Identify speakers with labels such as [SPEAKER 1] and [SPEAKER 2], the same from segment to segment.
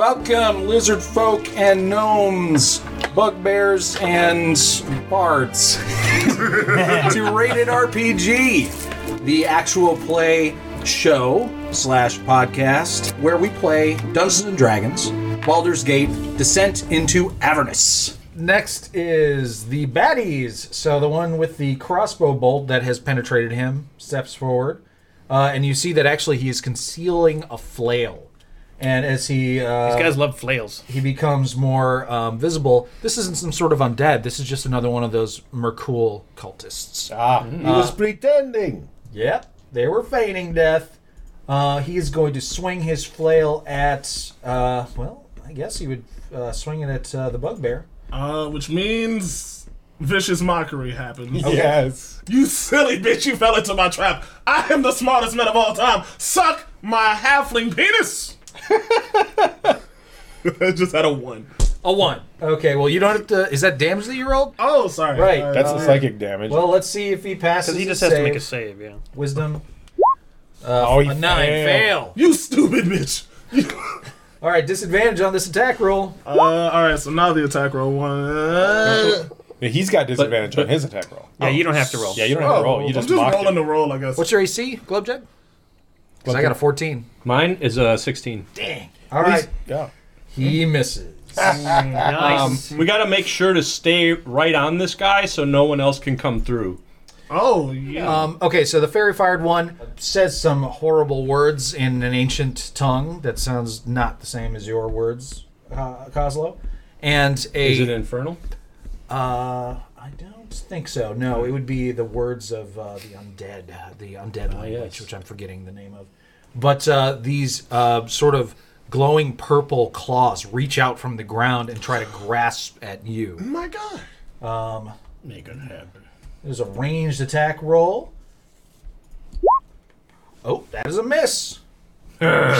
[SPEAKER 1] Welcome, lizard folk and gnomes, bugbears and bards, to Rated RPG, the actual play show slash podcast where we play Dungeons and Dragons, Baldur's Gate, Descent into Avernus.
[SPEAKER 2] Next is the baddies. So the one with the crossbow bolt that has penetrated him steps forward, uh, and you see that actually he is concealing a flail. And as he uh,
[SPEAKER 3] These guys love flails.
[SPEAKER 2] he becomes more um, visible, this isn't some sort of undead. This is just another one of those Merkul cultists.
[SPEAKER 4] Ah, he
[SPEAKER 3] Uh,
[SPEAKER 4] was pretending.
[SPEAKER 2] Yep, they were feigning death. Uh, he is going to swing his flail at. Uh, well, I guess he would uh, swing it at uh, the bugbear.
[SPEAKER 5] Uh, which means vicious mockery happens.
[SPEAKER 4] Yes.
[SPEAKER 5] You silly bitch, you fell into my trap. I am the smartest man of all time. Suck my halfling penis! I just had a one.
[SPEAKER 2] A one. Okay, well, you don't have to. Is that damage that you rolled?
[SPEAKER 5] Oh, sorry.
[SPEAKER 2] Right.
[SPEAKER 5] Uh,
[SPEAKER 4] That's the psychic damage.
[SPEAKER 2] Well, let's see if he passes.
[SPEAKER 3] Because he
[SPEAKER 2] his
[SPEAKER 3] just has to
[SPEAKER 2] save.
[SPEAKER 3] make a save, yeah.
[SPEAKER 2] wisdom.
[SPEAKER 4] oh, he
[SPEAKER 2] A nine fail.
[SPEAKER 5] you stupid bitch.
[SPEAKER 2] All right, disadvantage on this attack roll.
[SPEAKER 5] Uh, alright, so now the attack roll one.
[SPEAKER 4] Yeah, He's got disadvantage on his attack roll.
[SPEAKER 3] Yeah, you don't have to roll.
[SPEAKER 4] Yeah, you don't have to roll. You Oh, just,
[SPEAKER 5] I'm just
[SPEAKER 4] mock
[SPEAKER 5] rolling
[SPEAKER 4] him.
[SPEAKER 5] the roll, I guess.
[SPEAKER 2] What's your AC, Globjug? Because I got a fourteen.
[SPEAKER 6] Mine is uh, 16.
[SPEAKER 2] All right,
[SPEAKER 4] Yeah.
[SPEAKER 2] he misses.
[SPEAKER 3] nice.
[SPEAKER 6] Um, We got to make sure to stay right on this guy so no one else can come through.
[SPEAKER 5] oh, yeah.
[SPEAKER 2] Um, okay, so the fairy fired one says some horrible words in an ancient tongue that sounds not the same as your words, uh, Coslo. And a
[SPEAKER 6] Is it infernal?
[SPEAKER 2] uh, I don't think so. No, it would be the words of uh, the undead, the undead language,
[SPEAKER 6] Ah, yes.
[SPEAKER 2] which I'm forgetting the name of. But uh, these uh, sort of glowing purple claws reach out from the ground and try to grasp at
[SPEAKER 5] oh
[SPEAKER 2] you.
[SPEAKER 5] my god.
[SPEAKER 6] Make it happen.
[SPEAKER 2] There's a ranged attack roll. Oh, that is a miss.
[SPEAKER 6] You're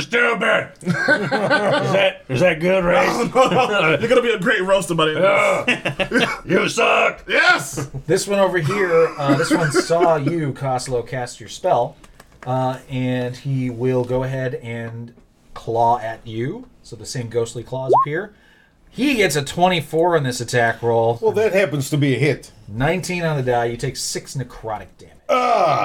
[SPEAKER 6] stupid! is, that, is that good, Ray?
[SPEAKER 5] You're gonna be a great roaster buddy.
[SPEAKER 6] you suck!
[SPEAKER 5] yes!
[SPEAKER 2] This one over here, uh, this one saw you, Coslo, cast your spell, uh, and he will go ahead and claw at you. So the same ghostly claws appear. He gets a 24 on this attack roll,
[SPEAKER 4] Well, that happens to be a hit.
[SPEAKER 2] 19 on the die. You take six necrotic damage.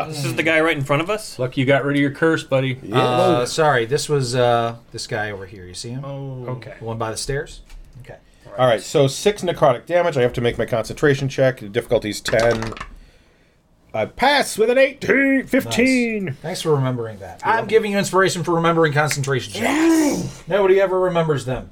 [SPEAKER 3] This is the guy right in front of us?
[SPEAKER 6] Lucky you got rid of your curse, buddy.
[SPEAKER 2] Uh, sorry, this was uh, this guy over here. You see him?
[SPEAKER 3] Okay.
[SPEAKER 2] The one by the stairs. Okay.
[SPEAKER 4] All right, so six necrotic damage. I have to make my concentration check. The difficulty's 10. I pass with an 18, 15.
[SPEAKER 2] Thanks for remembering that. I'm giving you inspiration for remembering concentration checks. Nobody ever remembers them.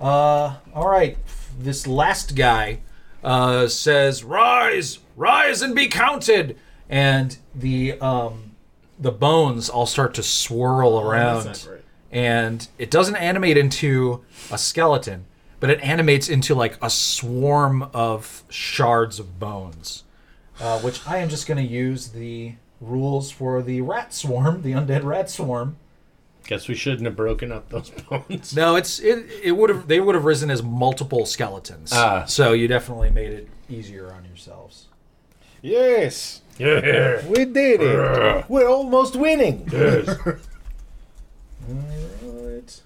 [SPEAKER 2] Uh, all right. This last guy uh, says, "Rise, rise, and be counted." And the um, the bones all start to swirl around,
[SPEAKER 5] Oh, not great.
[SPEAKER 2] and it doesn't animate into a skeleton, but it animates into like a swarm of shards of bones uh, which I am just going to use the rules for the rat swarm, the undead rat swarm.
[SPEAKER 6] Guess we shouldn't have broken up those bones.
[SPEAKER 2] No, it's it. It would have they would have risen as multiple skeletons.
[SPEAKER 6] Ah.
[SPEAKER 2] so you definitely made it easier on yourselves.
[SPEAKER 4] Yes,
[SPEAKER 6] Yeah.
[SPEAKER 4] we did it. We're almost winning.
[SPEAKER 2] Alright.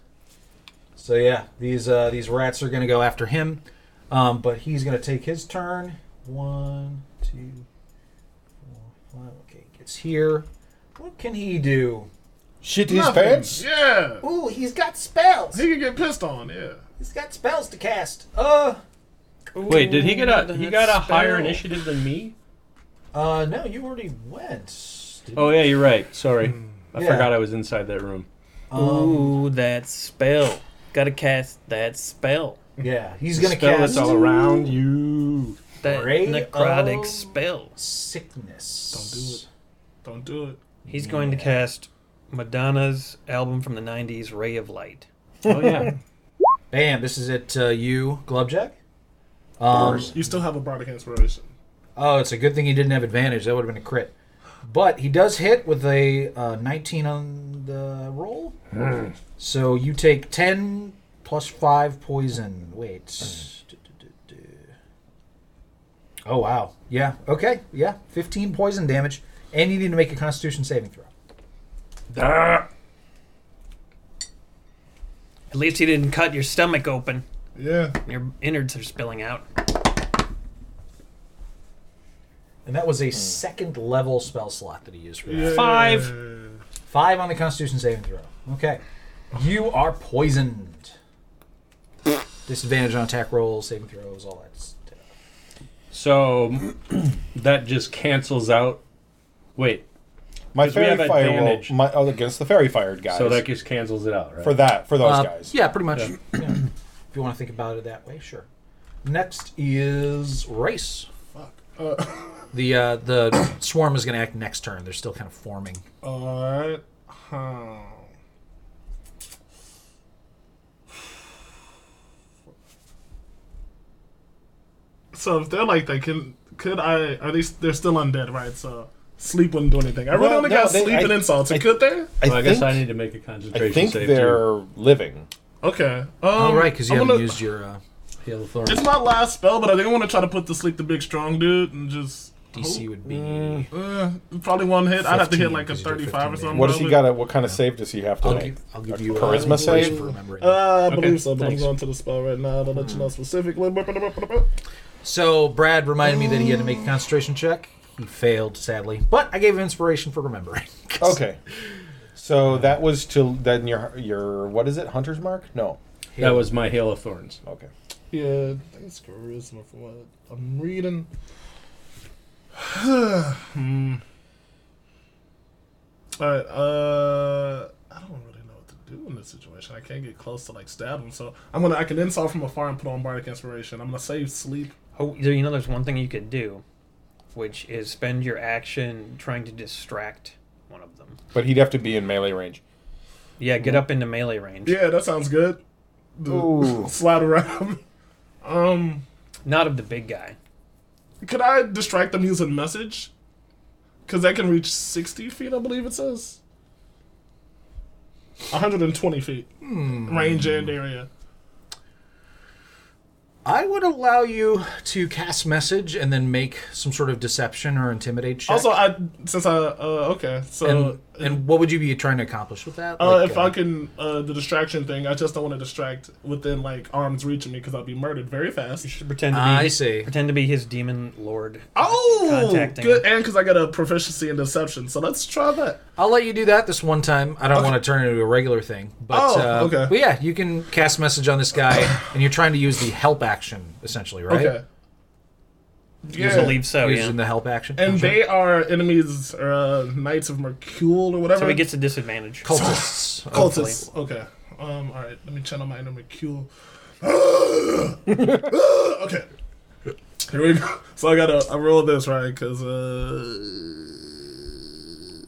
[SPEAKER 2] So yeah, these uh, these rats are going to go after him, um, but he's going to take his turn. One, two, four, five. Okay, gets here. What can he do?
[SPEAKER 4] Shit his
[SPEAKER 5] Nothing.
[SPEAKER 4] pants.
[SPEAKER 5] Yeah.
[SPEAKER 2] Ooh, he's got spells.
[SPEAKER 5] He could get pissed on, yeah.
[SPEAKER 2] He's got spells to cast. Uh,
[SPEAKER 6] Wait, did he get a he got a
[SPEAKER 3] Spell.
[SPEAKER 6] higher initiative than me?
[SPEAKER 2] Uh, no, you already went. didn't
[SPEAKER 6] Oh yeah, you're right. Sorry. I
[SPEAKER 2] Yeah.
[SPEAKER 6] forgot I was inside that room.
[SPEAKER 3] Ooh, that spell. Gotta cast that spell.
[SPEAKER 2] you? Yeah, he's gonna
[SPEAKER 6] Spell
[SPEAKER 2] cast
[SPEAKER 6] that's all around you.
[SPEAKER 3] That
[SPEAKER 2] Ray
[SPEAKER 3] necrotic
[SPEAKER 4] Oh.
[SPEAKER 2] of-
[SPEAKER 3] spell.
[SPEAKER 2] sickness.
[SPEAKER 5] Don't do it.
[SPEAKER 3] He's going to cast Madonna's album from the 90s, Ray of Light.
[SPEAKER 6] Oh yeah.
[SPEAKER 2] Bam! This is it. Uh, you, Glubjack. Um,
[SPEAKER 5] You still have a bardic inspiration.
[SPEAKER 2] oh, it's a good thing he didn't have advantage. That would have been a crit. But he does hit with a uh, 19 on the roll. So you take 10 plus 5 poison. Wait. Du-du-du-du. Oh, wow. Yeah. Okay. Yeah. 15 poison damage. And you need to make a constitution saving throw.
[SPEAKER 3] At least he didn't cut your stomach open.
[SPEAKER 4] Yeah.
[SPEAKER 3] Your innards are spilling out.
[SPEAKER 2] And that was a second level spell slot that he used for that.
[SPEAKER 3] Five.
[SPEAKER 2] Five on the Constitution saving throw. Okay. You are poisoned. Disadvantage on attack rolls, saving throws, all that stuff.
[SPEAKER 6] So that just cancels out. Wait,
[SPEAKER 4] My
[SPEAKER 6] 'Cause we
[SPEAKER 4] fairy
[SPEAKER 6] have
[SPEAKER 4] fire
[SPEAKER 6] advantage.
[SPEAKER 4] will, my, oh, against the fairy fired guys.
[SPEAKER 6] so that just cancels it out, right?
[SPEAKER 4] for that, for those
[SPEAKER 2] Uh,
[SPEAKER 4] guys.
[SPEAKER 2] Yeah, pretty much. Yeah. If you want to think about it that way, sure. Next is race. The uh, the swarm is going to act next turn. They're still kind of forming.
[SPEAKER 5] Alright. Huh. So if they're like that, can could I? Are they? They're still undead, right? So sleep wouldn't do anything. I really
[SPEAKER 4] Well,
[SPEAKER 5] only
[SPEAKER 4] no,
[SPEAKER 5] got
[SPEAKER 4] they-
[SPEAKER 5] sleep
[SPEAKER 4] I-
[SPEAKER 5] and insults. And could they?
[SPEAKER 6] Well, I,
[SPEAKER 4] think,
[SPEAKER 6] guess I need to make a
[SPEAKER 4] I
[SPEAKER 6] concentration
[SPEAKER 4] think
[SPEAKER 6] save too.
[SPEAKER 4] they're living.
[SPEAKER 5] Okay. Um,
[SPEAKER 2] all right, because you
[SPEAKER 5] I'm
[SPEAKER 2] haven't
[SPEAKER 5] gonna-
[SPEAKER 2] used your uh, heal authority.
[SPEAKER 5] It's my last spell, but I think I want to try to put to sleep the big strong dude and just.
[SPEAKER 2] DC would be.
[SPEAKER 5] Uh, probably one hit. I'd have to hit
[SPEAKER 2] 15,
[SPEAKER 5] like a
[SPEAKER 2] because you did
[SPEAKER 5] 35 or
[SPEAKER 2] 15
[SPEAKER 5] something.
[SPEAKER 4] What does he
[SPEAKER 5] probably.
[SPEAKER 4] got? What kind of save does he have to
[SPEAKER 2] I'll
[SPEAKER 4] make?
[SPEAKER 2] give, I'll give you a
[SPEAKER 4] charisma save?
[SPEAKER 2] for remembering.
[SPEAKER 5] Uh, I believe so, but
[SPEAKER 6] thanks.
[SPEAKER 5] I'm going to the spell right now. I'll let you know specifically.
[SPEAKER 2] So Brad reminded me that he had to make a concentration check. He failed, sadly, but I gave him inspiration for remembering.
[SPEAKER 4] Okay. So that was to then your your what is it? Hunter's mark? No.
[SPEAKER 6] That was my hail of thorns.
[SPEAKER 4] Okay.
[SPEAKER 5] Yeah, that's charisma for what I'm reading. hmm. All right. Uh, I don't really know what to do in this situation. I can't get close to like stab him, so I'm gonna. I can insult from afar and put on bardic inspiration. I'm gonna save sleep.
[SPEAKER 3] Oh, you know, there's one thing you could do, which is spend your action trying to distract one of them.
[SPEAKER 4] But he'd have to be in melee range.
[SPEAKER 3] Yeah, get up into melee range.
[SPEAKER 5] Yeah, that sounds good. The-
[SPEAKER 4] Ooh.
[SPEAKER 5] Slide around. um,
[SPEAKER 3] Not of the big guy.
[SPEAKER 5] could I distract them using message? Cause that can reach sixty feet, I believe it says. One hundred and twenty feet range and area.
[SPEAKER 2] I would allow you to cast message and then make some sort of deception or intimidate check.
[SPEAKER 5] Also, I since I uh, okay, so
[SPEAKER 2] and, and what would you be trying to accomplish with that?
[SPEAKER 5] uh,
[SPEAKER 2] Like,
[SPEAKER 5] if I can uh, the distraction thing, I just don't want to distract within like arms reach of me because I'll be murdered very fast.
[SPEAKER 3] Should pretend to be.
[SPEAKER 2] I see.
[SPEAKER 3] Pretend to be his demon lord.
[SPEAKER 5] Oh,
[SPEAKER 3] Contacting.
[SPEAKER 5] good, and because I got a proficiency in deception, so let's try that.
[SPEAKER 2] I'll let you do that this one time. I don't want to turn it into a regular thing. But,
[SPEAKER 5] Oh,
[SPEAKER 2] uh,
[SPEAKER 5] okay.
[SPEAKER 2] But yeah, you can cast message on this guy, and you're trying to use the help action essentially, right?
[SPEAKER 5] Okay.
[SPEAKER 3] I believe so.
[SPEAKER 2] Using
[SPEAKER 3] Oh, Yeah.
[SPEAKER 2] the help action.
[SPEAKER 5] And
[SPEAKER 2] Sure.
[SPEAKER 5] they are enemies or uh, knights of Mercule or whatever.
[SPEAKER 3] So he gets a disadvantage.
[SPEAKER 2] Oh, cultists.
[SPEAKER 5] cultists. Okay. Um. All right. Let me channel my inner Mercule. okay. Here we go. So I gotta I roll this right because uh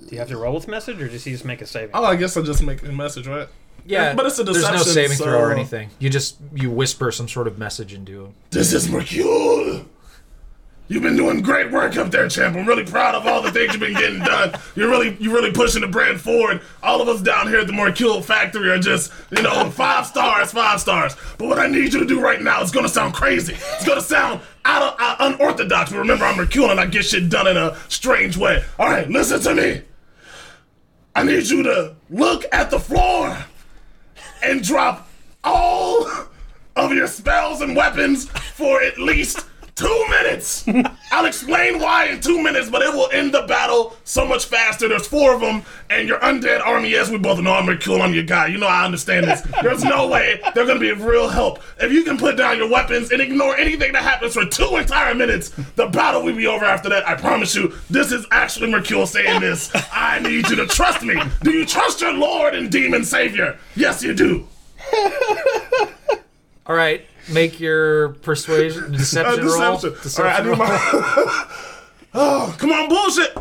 [SPEAKER 3] Do you have to roll with message, or does he just make a saving?
[SPEAKER 5] oh I guess I just make a message right.
[SPEAKER 2] Yeah,
[SPEAKER 5] But it's a
[SPEAKER 2] There's no
[SPEAKER 5] deception,
[SPEAKER 2] saving throw or
[SPEAKER 5] so-
[SPEAKER 2] anything. You just you whisper some sort of message into him.
[SPEAKER 5] This is Mercule. You've been doing great work up there, champ. I'm really proud of all the things you've been getting done. You're really, you're really pushing the brand forward. All of us down here at the Mercule factory are just, you know, five stars, five stars. But what I need you to do right now is gonna sound crazy. It's gonna sound out of uh, unorthodox. But remember, I'm Mercule and I get shit done in a strange way. All right, listen to me. I need you to look at the floor and drop all of your spells and weapons for at least two minutes. I'll explain why in two minutes, but it will end the battle so much faster. There's four of them, and your undead army, yes, we both know I'm Mercule, I'm your guy. You know I understand this. There's no way they're gonna be of real help. If you can put down your weapons and ignore anything that happens for two entire minutes, the battle will be over after that. I promise you, this is actually Mercule saying this. I need you to trust me. Do you trust your lord and demon savior? Yes, you do.
[SPEAKER 2] All right, make your persuasion deception, roll.
[SPEAKER 5] deception. Uh, All right, I do
[SPEAKER 2] roll.
[SPEAKER 5] my. oh, come on, bullshit.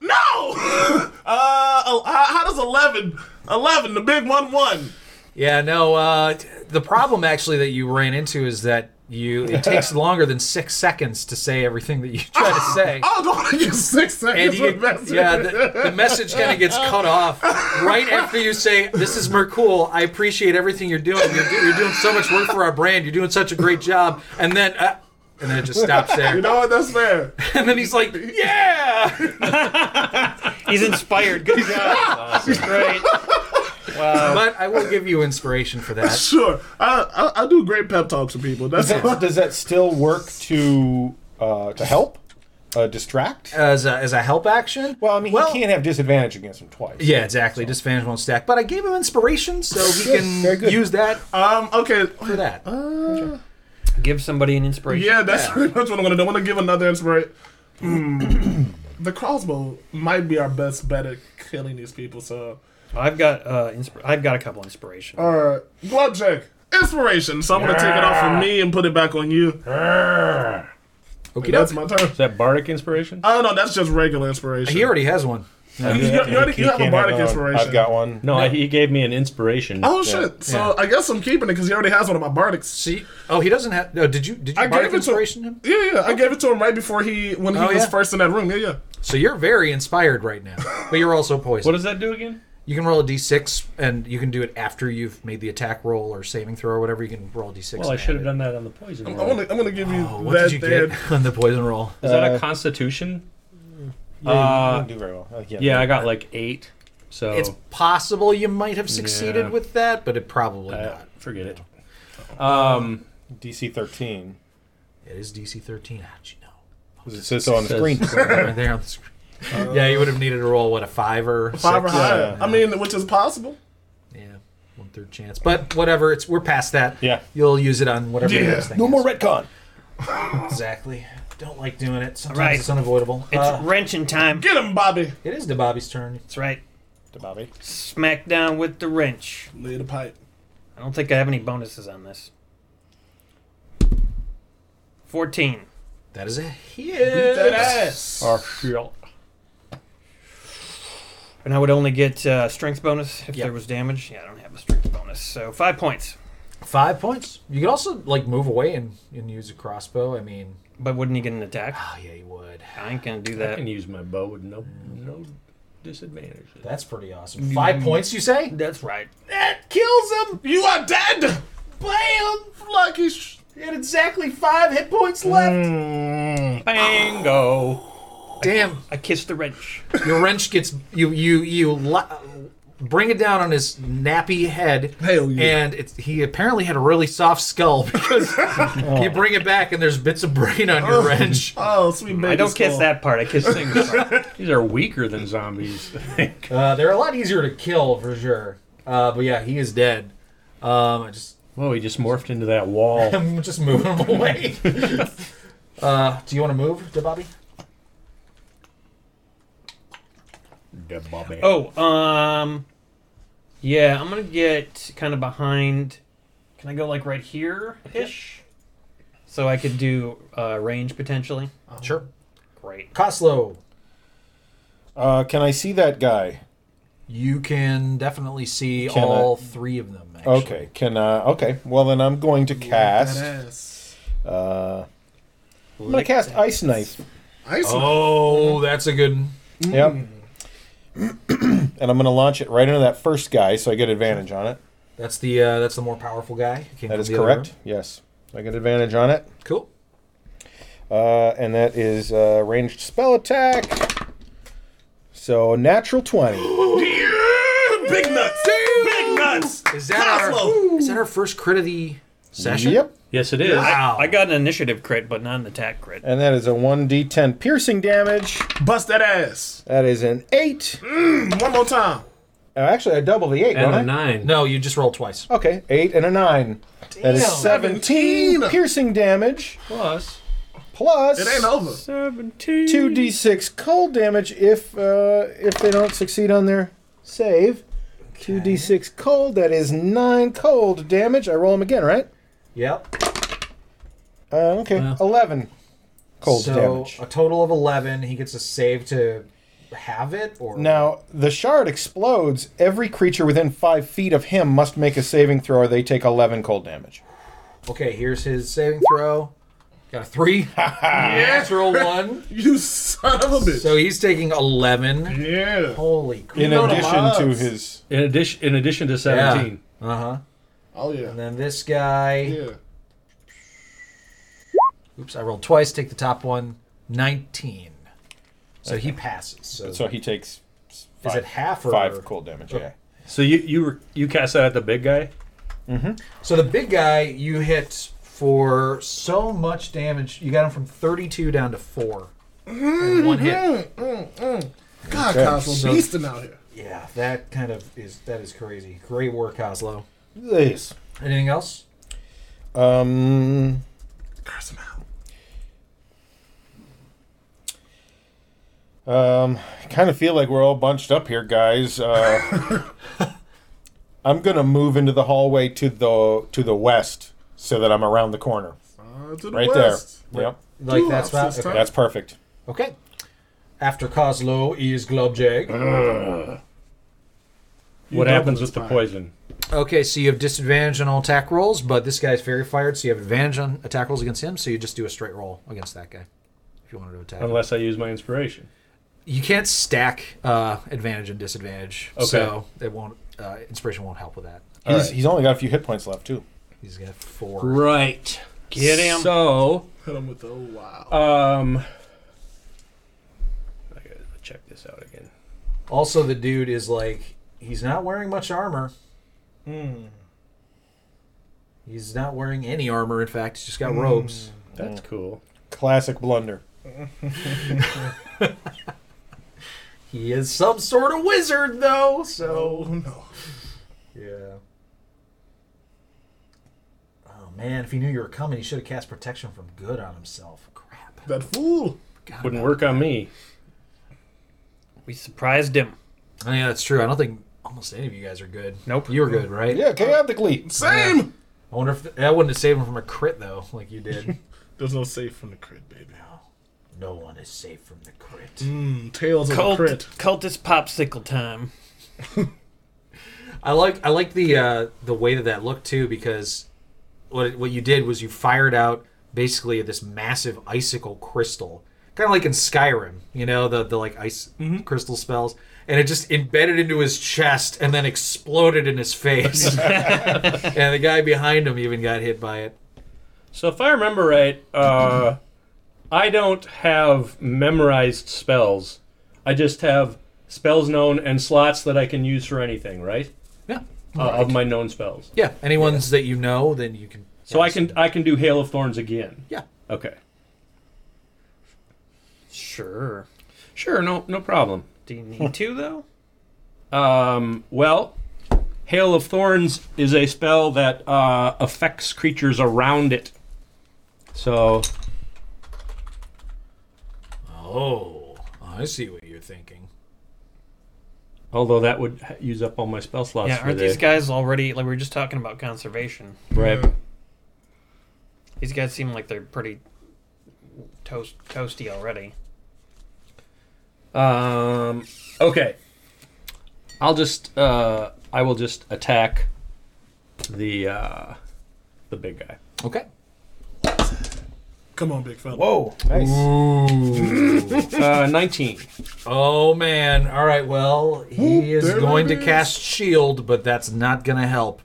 [SPEAKER 5] No. Uh, oh, how, how does eleven? Eleven, the big one, one.
[SPEAKER 2] Yeah, no. Uh, t- the problem actually that you ran into is that you it takes longer than six seconds to say everything that you try to say.
[SPEAKER 5] Oh, don't want to get six
[SPEAKER 2] And
[SPEAKER 5] seconds
[SPEAKER 2] you,
[SPEAKER 5] of message.
[SPEAKER 2] yeah, the, the message kind of gets cut off right after you say, "This is Mercool. I appreciate everything you're doing. You're, do, you're doing so much work for our brand. You're doing such a great job." And then, uh, and then it just stops
[SPEAKER 5] you
[SPEAKER 2] there.
[SPEAKER 5] know what? That's fair.
[SPEAKER 2] And then he's like, "Yeah."
[SPEAKER 3] He's inspired. Good job. Right. Wow.
[SPEAKER 4] Uh,
[SPEAKER 2] My what? I will give you inspiration for that.
[SPEAKER 5] Sure, I, I I do great pep talks to people. That's
[SPEAKER 4] Does that, does that still work to uh, to help? Uh, distract?
[SPEAKER 2] As a, as a help action?
[SPEAKER 4] well, I mean, he can't have disadvantage against him twice.
[SPEAKER 2] Yeah, exactly. Disadvantage won't stack. But I gave him inspiration, so he
[SPEAKER 4] very
[SPEAKER 2] can
[SPEAKER 4] good. Uh,
[SPEAKER 2] use that
[SPEAKER 5] um okay.
[SPEAKER 2] for that.
[SPEAKER 3] Give somebody an inspiration.
[SPEAKER 5] Yeah, that's pretty much what I'm gonna do. I'm gonna give another inspiration. the crossbow might be our best bet at killing these people. So,
[SPEAKER 3] I've got uh, insp- I've got a couple inspiration.
[SPEAKER 5] uh, glove check inspiration. So I'm gonna take it off of me and put it back on you.
[SPEAKER 2] Okie
[SPEAKER 5] That's
[SPEAKER 2] doke.
[SPEAKER 5] my turn.
[SPEAKER 6] Is that bardic inspiration?
[SPEAKER 4] Uh,
[SPEAKER 5] Oh no, that's just regular inspiration.
[SPEAKER 2] He already has one.
[SPEAKER 5] you, you- you already you have a
[SPEAKER 4] can't
[SPEAKER 5] bardic
[SPEAKER 4] another one.
[SPEAKER 5] inspiration.
[SPEAKER 4] I've got one.
[SPEAKER 6] no, I, he gave me an inspiration.
[SPEAKER 5] Oh shit! So
[SPEAKER 2] Yeah.
[SPEAKER 5] I guess I'm keeping it because he already has one of my bardics.
[SPEAKER 2] See? Oh, he doesn't have. No, did you did you
[SPEAKER 5] I
[SPEAKER 2] bardic
[SPEAKER 5] gave it to-
[SPEAKER 2] inspiration to him?
[SPEAKER 5] Yeah, yeah. I gave it to him right before he when he
[SPEAKER 2] Oh,
[SPEAKER 5] was
[SPEAKER 2] yeah.
[SPEAKER 5] first in that room. Yeah, yeah.
[SPEAKER 2] So you're very inspired right now, but you're also
[SPEAKER 6] What
[SPEAKER 2] poisoned.
[SPEAKER 6] does that do again?
[SPEAKER 2] you can roll a d6, and you can do it after you've made the attack roll or saving throw or whatever. You can roll a d6.
[SPEAKER 6] Well, I
[SPEAKER 2] and
[SPEAKER 6] should have
[SPEAKER 2] add it.
[SPEAKER 6] done that on the poison.
[SPEAKER 5] I'm
[SPEAKER 6] roll.
[SPEAKER 5] gonna I'm gonna give you
[SPEAKER 2] Oh, what
[SPEAKER 5] that
[SPEAKER 2] did you
[SPEAKER 5] there.
[SPEAKER 2] get on the poison roll?
[SPEAKER 6] Is that
[SPEAKER 4] Uh,
[SPEAKER 6] a Constitution?
[SPEAKER 4] I
[SPEAKER 6] Yeah, uh,
[SPEAKER 4] didn't do very well. Uh,
[SPEAKER 6] yeah, I got like eight. So
[SPEAKER 2] It's possible you might have succeeded
[SPEAKER 6] Yeah.
[SPEAKER 2] with that, but it probably
[SPEAKER 6] uh,
[SPEAKER 2] not.
[SPEAKER 6] forget it. Um,
[SPEAKER 4] DC 13.
[SPEAKER 2] It is DC 13. How'd you know?
[SPEAKER 4] 'Cause It says so on the
[SPEAKER 6] Says-
[SPEAKER 4] screen.
[SPEAKER 2] Right there on the screen. yeah, you would have needed to roll what a five or
[SPEAKER 5] Five or
[SPEAKER 2] six?
[SPEAKER 5] higher.
[SPEAKER 4] yeah.
[SPEAKER 5] I mean, which is possible.
[SPEAKER 2] Yeah, one third chance. But whatever, it's we're past that.
[SPEAKER 4] Yeah.
[SPEAKER 2] you'll use it on whatever.
[SPEAKER 5] Yeah,
[SPEAKER 2] the next thing
[SPEAKER 4] no
[SPEAKER 2] is.
[SPEAKER 4] more retcon.
[SPEAKER 2] Exactly. Don't like doing it. Sometimes
[SPEAKER 3] Right.
[SPEAKER 2] it's unavoidable.
[SPEAKER 3] it's
[SPEAKER 2] Uh,
[SPEAKER 3] wrenching time.
[SPEAKER 5] Get him, Bobby.
[SPEAKER 2] it is the Bobby's turn.
[SPEAKER 3] That's right.
[SPEAKER 4] To Bobby.
[SPEAKER 3] Smack down with the wrench.
[SPEAKER 5] Lay the pipe.
[SPEAKER 3] I don't think I have any bonuses on this. Fourteen.
[SPEAKER 2] That is a
[SPEAKER 5] That
[SPEAKER 2] hit.
[SPEAKER 5] ass.
[SPEAKER 6] oh, shit.
[SPEAKER 3] And I would only get uh, strength bonus if
[SPEAKER 2] Yeah.
[SPEAKER 3] there was damage. Yeah, I don't have a strength bonus. So five points.
[SPEAKER 2] Five points. You could also like move away and, and use a crossbow. I mean,
[SPEAKER 3] But wouldn't he get an attack?
[SPEAKER 2] oh yeah, you would.
[SPEAKER 3] I ain't gonna do
[SPEAKER 6] I
[SPEAKER 3] that.
[SPEAKER 6] can use my bow with no no disadvantage.
[SPEAKER 2] That's pretty awesome. Five points, you say?
[SPEAKER 3] That's right.
[SPEAKER 2] That kills him.
[SPEAKER 5] You are dead. Bam. Lucky. Sh-
[SPEAKER 2] He had exactly five hit points left.
[SPEAKER 6] Bingo.
[SPEAKER 2] Mm. Damn.
[SPEAKER 3] I kissed the wrench.
[SPEAKER 2] Your wrench gets you you you la- bring it down on his nappy head.
[SPEAKER 5] Hell yeah.
[SPEAKER 2] And it's, he apparently had a really soft skull because you bring it back and there's bits of brain on your wrench.
[SPEAKER 5] oh, sweet baby.
[SPEAKER 3] I don't kiss
[SPEAKER 5] skull.
[SPEAKER 3] that part. I kiss things. part.
[SPEAKER 6] These are weaker than zombies. I think.
[SPEAKER 2] Uh, they're a lot easier to kill for sure. Uh, but yeah, he is dead. Um, I just
[SPEAKER 6] Whoa, he just morphed into that wall.
[SPEAKER 2] I'm just moving him away. uh, do you want to move, to Bobby?
[SPEAKER 6] Da Bobby.
[SPEAKER 3] Oh, um, yeah. I'm gonna get kind of behind. Can I go like right here ish? So I could do uh, range potentially.
[SPEAKER 2] Sure.
[SPEAKER 3] Great.
[SPEAKER 2] Coslow,
[SPEAKER 4] Uh, can I see that guy?
[SPEAKER 2] you can definitely see
[SPEAKER 4] Can I-
[SPEAKER 2] all three of them. Actually.
[SPEAKER 4] Okay. Can uh, okay. Well, then I'm going to cast.
[SPEAKER 5] That ass.
[SPEAKER 4] Uh, I'm going to cast ice knife.
[SPEAKER 5] Ice.
[SPEAKER 2] Oh, that's a good. one.
[SPEAKER 4] Yep. and I'm going to launch it right into that first guy, so I get advantage on it.
[SPEAKER 2] That's the uh, that's the more powerful guy. who came
[SPEAKER 4] That
[SPEAKER 2] from
[SPEAKER 4] is
[SPEAKER 2] the other
[SPEAKER 4] correct.
[SPEAKER 2] room.
[SPEAKER 4] Yes, I get advantage on it.
[SPEAKER 2] Cool.
[SPEAKER 4] Uh, and that is uh, ranged spell attack. So natural twenty.
[SPEAKER 5] Yeah, Big nuts. Big nuts.
[SPEAKER 2] Is that our
[SPEAKER 5] Cosmo!
[SPEAKER 2] is that our first crit of the session?
[SPEAKER 4] yep.
[SPEAKER 6] Yes, it is.
[SPEAKER 2] Wow.
[SPEAKER 3] I got an initiative crit, but not an attack crit.
[SPEAKER 4] And that is a one d10 piercing damage.
[SPEAKER 5] Bust that ass.
[SPEAKER 4] That is an eight.
[SPEAKER 5] One more time.
[SPEAKER 4] Uh, actually, I double the eight,
[SPEAKER 6] and a
[SPEAKER 4] don't I?
[SPEAKER 6] nine.
[SPEAKER 2] no, you just rolled twice.
[SPEAKER 4] Okay, eight and a nine. That is
[SPEAKER 2] Damn.
[SPEAKER 4] seventeen
[SPEAKER 5] Seventeen.
[SPEAKER 4] piercing damage
[SPEAKER 6] Plus
[SPEAKER 4] plus
[SPEAKER 5] It ain't over.
[SPEAKER 6] seventeen.
[SPEAKER 4] two d6 cold damage if uh, if they don't succeed on their save. Two d6 cold. That is nine cold damage. I roll them again, right?
[SPEAKER 2] Yep.
[SPEAKER 4] Uh, okay,
[SPEAKER 6] Well.
[SPEAKER 4] eleven cold
[SPEAKER 2] so uh,
[SPEAKER 4] damage.
[SPEAKER 2] a total of eleven. He gets a save to have it or
[SPEAKER 4] Now, the shard explodes. Every creature within five feet of him must make a saving throw or they take 11 cold damage.
[SPEAKER 2] Okay, here's his saving throw. Got a three. Natural one.
[SPEAKER 5] You son of a bitch.
[SPEAKER 2] So he's taking eleven.
[SPEAKER 5] yeah.
[SPEAKER 2] Holy crap.
[SPEAKER 4] In
[SPEAKER 5] know the
[SPEAKER 4] addition to
[SPEAKER 5] odds.
[SPEAKER 4] his.
[SPEAKER 6] In addition, in addition to seventeen.
[SPEAKER 2] Uh huh.
[SPEAKER 5] Oh yeah.
[SPEAKER 2] And then this guy.
[SPEAKER 5] Yeah.
[SPEAKER 2] Oops, I rolled twice. Take the top one. Nineteen. So he passes. So,
[SPEAKER 4] So he takes.
[SPEAKER 2] is it half or Oh.
[SPEAKER 4] Five cold damage, yeah.
[SPEAKER 6] So you you were, you cast that at the big guy.
[SPEAKER 2] So the big guy you hit for so much damage. You got him from 32 down to 4. in one hit.
[SPEAKER 5] God, Cosmo
[SPEAKER 2] So-
[SPEAKER 5] beasting out here.
[SPEAKER 2] Yeah, that kind of is that is crazy. Great work, Coslow.
[SPEAKER 4] This.
[SPEAKER 2] Anything else?
[SPEAKER 4] Um.
[SPEAKER 5] Curse him out.
[SPEAKER 4] Um. I kind of feel like we're all bunched up here, guys. Uh, I'm gonna move into the hallway to the to the west so that I'm around the corner.
[SPEAKER 5] Uh, to the
[SPEAKER 4] Right
[SPEAKER 5] west.
[SPEAKER 4] there. Yep.
[SPEAKER 2] Like
[SPEAKER 5] Two
[SPEAKER 2] that's
[SPEAKER 5] ops
[SPEAKER 2] about
[SPEAKER 5] this
[SPEAKER 2] okay.
[SPEAKER 5] time.
[SPEAKER 4] That's perfect.
[SPEAKER 2] okay. After Coslow is Globjag.
[SPEAKER 6] What happens with the poison?
[SPEAKER 2] Okay, so you have disadvantage on all attack rolls, but this guy's very fired, so you have advantage on attack rolls against him. So you just do a straight roll against that guy if you wanted to attack. him.
[SPEAKER 6] Unless I use my inspiration.
[SPEAKER 2] you can't stack uh, advantage and disadvantage,
[SPEAKER 6] Okay.
[SPEAKER 2] so it won't. Uh, inspiration won't help with that.
[SPEAKER 4] He's, he's only got a few hit points left too.
[SPEAKER 2] He's got four.
[SPEAKER 6] Right.
[SPEAKER 3] Get him.
[SPEAKER 6] So
[SPEAKER 5] Hit him with the oh wow.
[SPEAKER 6] um, I gotta check this out again.
[SPEAKER 2] Also, the dude is like he's not wearing much armor. He's not wearing any armor. In fact, he's just got robes.
[SPEAKER 3] Mm.
[SPEAKER 6] That's cool.
[SPEAKER 4] Classic blunder.
[SPEAKER 2] He is some sort of wizard, though. So
[SPEAKER 5] oh no.
[SPEAKER 2] yeah. Oh man, if he knew you were coming, he should have cast protection from good on himself. Crap.
[SPEAKER 5] That fool.
[SPEAKER 2] God,
[SPEAKER 6] Wouldn't work on me.
[SPEAKER 3] We surprised him.
[SPEAKER 2] Oh, yeah, that's true. I don't think almost any of you guys are good.
[SPEAKER 3] Nope.
[SPEAKER 2] You were good, right?
[SPEAKER 4] Yeah, chaotically.
[SPEAKER 5] Same.
[SPEAKER 2] I wonder if that wouldn't have saved him from a crit though, like you did.
[SPEAKER 5] There's no safe from the crit, baby.
[SPEAKER 2] no one is safe from the crit.
[SPEAKER 5] Mm, tails of the
[SPEAKER 3] Cult,
[SPEAKER 5] crit.
[SPEAKER 3] cultist popsicle time.
[SPEAKER 2] I like I like the uh, the way that that looked too because what what you did was you fired out basically this massive icicle crystal, kind of like in Skyrim, you know the the like ice
[SPEAKER 6] Mm-hmm.
[SPEAKER 2] crystal spells, and it just embedded into his chest and then exploded in his face, and the guy behind him even got hit by it.
[SPEAKER 6] So if I remember right, uh, I don't have memorized spells. I just have spells known and slots that I can use for anything, right?
[SPEAKER 2] Yeah,
[SPEAKER 6] Uh, of my known spells.
[SPEAKER 2] yeah. Any ones that you know, then you can.
[SPEAKER 6] So I can I can do hail of thorns again.
[SPEAKER 2] Yeah.
[SPEAKER 6] Okay.
[SPEAKER 3] Sure.
[SPEAKER 6] Sure. No no problem.
[SPEAKER 3] Do you need to though?
[SPEAKER 6] Um, well, hail of thorns is a spell that uh, affects creatures around it. So
[SPEAKER 2] Oh, I see what you're thinking.
[SPEAKER 6] although that would h- use up all my spell slots
[SPEAKER 3] yeah.
[SPEAKER 6] for
[SPEAKER 3] Aren't these
[SPEAKER 6] the-
[SPEAKER 3] guys already like we were just talking about conservation?
[SPEAKER 6] right.
[SPEAKER 3] These guys seem like they're pretty toast toasty already.
[SPEAKER 6] Um. Okay. I'll just. Uh. I will just attack the uh, the big guy.
[SPEAKER 2] Okay.
[SPEAKER 5] Come on, big fella.
[SPEAKER 2] Whoa.
[SPEAKER 4] Nice.
[SPEAKER 6] Uh, Nineteen.
[SPEAKER 2] Oh man! All right. Well, he is
[SPEAKER 5] there
[SPEAKER 2] going
[SPEAKER 5] it
[SPEAKER 2] to
[SPEAKER 5] is.
[SPEAKER 2] cast shield, but that's not going to help.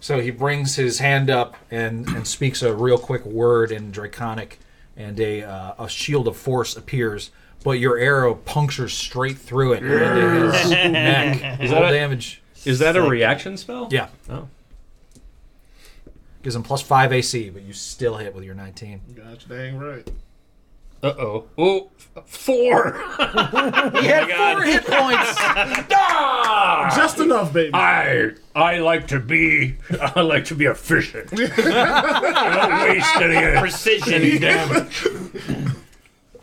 [SPEAKER 2] So he brings his hand up and, and speaks a real quick word in Draconic, and a uh, a shield of force appears. But your arrow punctures straight through it and into his neck. Is
[SPEAKER 6] that a-
[SPEAKER 2] damage?
[SPEAKER 6] Is that a reaction spell?
[SPEAKER 2] Yeah,
[SPEAKER 6] Oh.
[SPEAKER 2] gives him plus five AC, but you still hit with your nineteen.
[SPEAKER 5] Gosh dang right.
[SPEAKER 6] Uh oh. Oh. f- Four. Oh
[SPEAKER 2] He had four hit points.
[SPEAKER 6] ah!
[SPEAKER 5] Just enough, baby.
[SPEAKER 6] I I like to be I like to be efficient. Don't waste any.
[SPEAKER 3] Precision damage.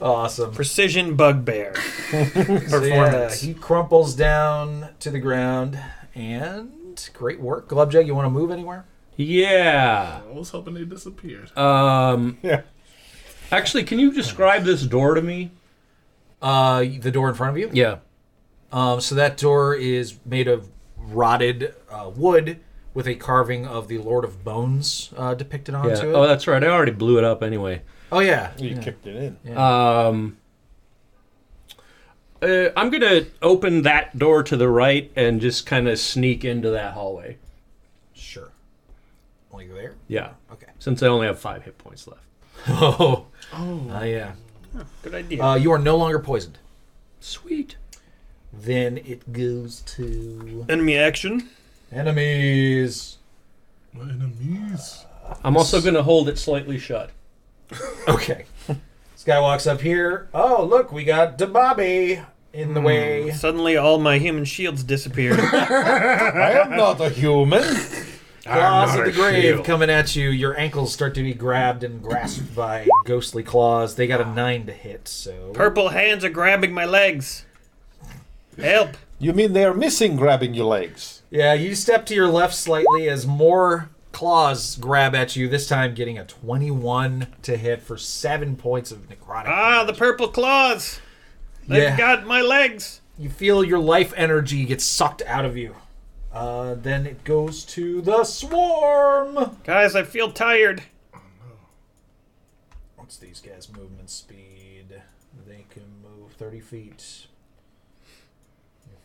[SPEAKER 2] Awesome.
[SPEAKER 3] Precision bugbear.
[SPEAKER 2] performance. he crumples down to the ground, and great work, Glubjug. You want to move anywhere?
[SPEAKER 6] Yeah.
[SPEAKER 5] I was hoping they disappeared.
[SPEAKER 6] Um.
[SPEAKER 4] Yeah.
[SPEAKER 6] Actually, can you describe this door to me?
[SPEAKER 2] Uh, the door in front of you.
[SPEAKER 6] Yeah.
[SPEAKER 2] Um, so that door is made of rotted uh, wood with a carving of the Lord of Bones uh, depicted onto
[SPEAKER 6] Yeah.
[SPEAKER 2] it.
[SPEAKER 6] Oh, that's right. I already blew it up anyway.
[SPEAKER 2] oh yeah.
[SPEAKER 4] You kicked it in.
[SPEAKER 6] Um, uh, I'm gonna open that door to the right and just kind of sneak into that hallway.
[SPEAKER 2] Sure. Like there.
[SPEAKER 6] Yeah,
[SPEAKER 2] Okay.
[SPEAKER 6] since I only have five hit points left.
[SPEAKER 2] Oh. Oh yeah.
[SPEAKER 3] Good idea.
[SPEAKER 2] Uh, you are no longer poisoned.
[SPEAKER 6] Sweet.
[SPEAKER 2] Then it goes to
[SPEAKER 3] Enemy action.
[SPEAKER 2] enemies.
[SPEAKER 5] My enemies.
[SPEAKER 6] I'm also going to hold it slightly shut.
[SPEAKER 2] Okay. this guy walks up here. Oh, look, we got Dababe in
[SPEAKER 5] Hmm.
[SPEAKER 2] the way.
[SPEAKER 3] Suddenly, all my human shields disappear.
[SPEAKER 4] I am not a human.
[SPEAKER 2] Claws of
[SPEAKER 5] not
[SPEAKER 2] the
[SPEAKER 5] a
[SPEAKER 2] grave
[SPEAKER 5] shield.
[SPEAKER 2] coming at you. Your ankles start to be grabbed and grasped by ghostly claws. They got a nine to hit, so
[SPEAKER 3] Purple hands are grabbing my legs. Help!
[SPEAKER 4] You mean they are missing grabbing your legs?
[SPEAKER 2] yeah. You step to your left slightly as more claws grab at you. This time, getting a twenty-one to hit for seven points of necrotic.
[SPEAKER 3] Ah, the purple claws! They've
[SPEAKER 2] Yeah.
[SPEAKER 3] got my legs!
[SPEAKER 2] You feel your life energy get sucked out of you. Uh, then it goes to the swarm.
[SPEAKER 3] Guys, I feel tired.
[SPEAKER 2] What's these guys' movement speed? They can move 30 feet.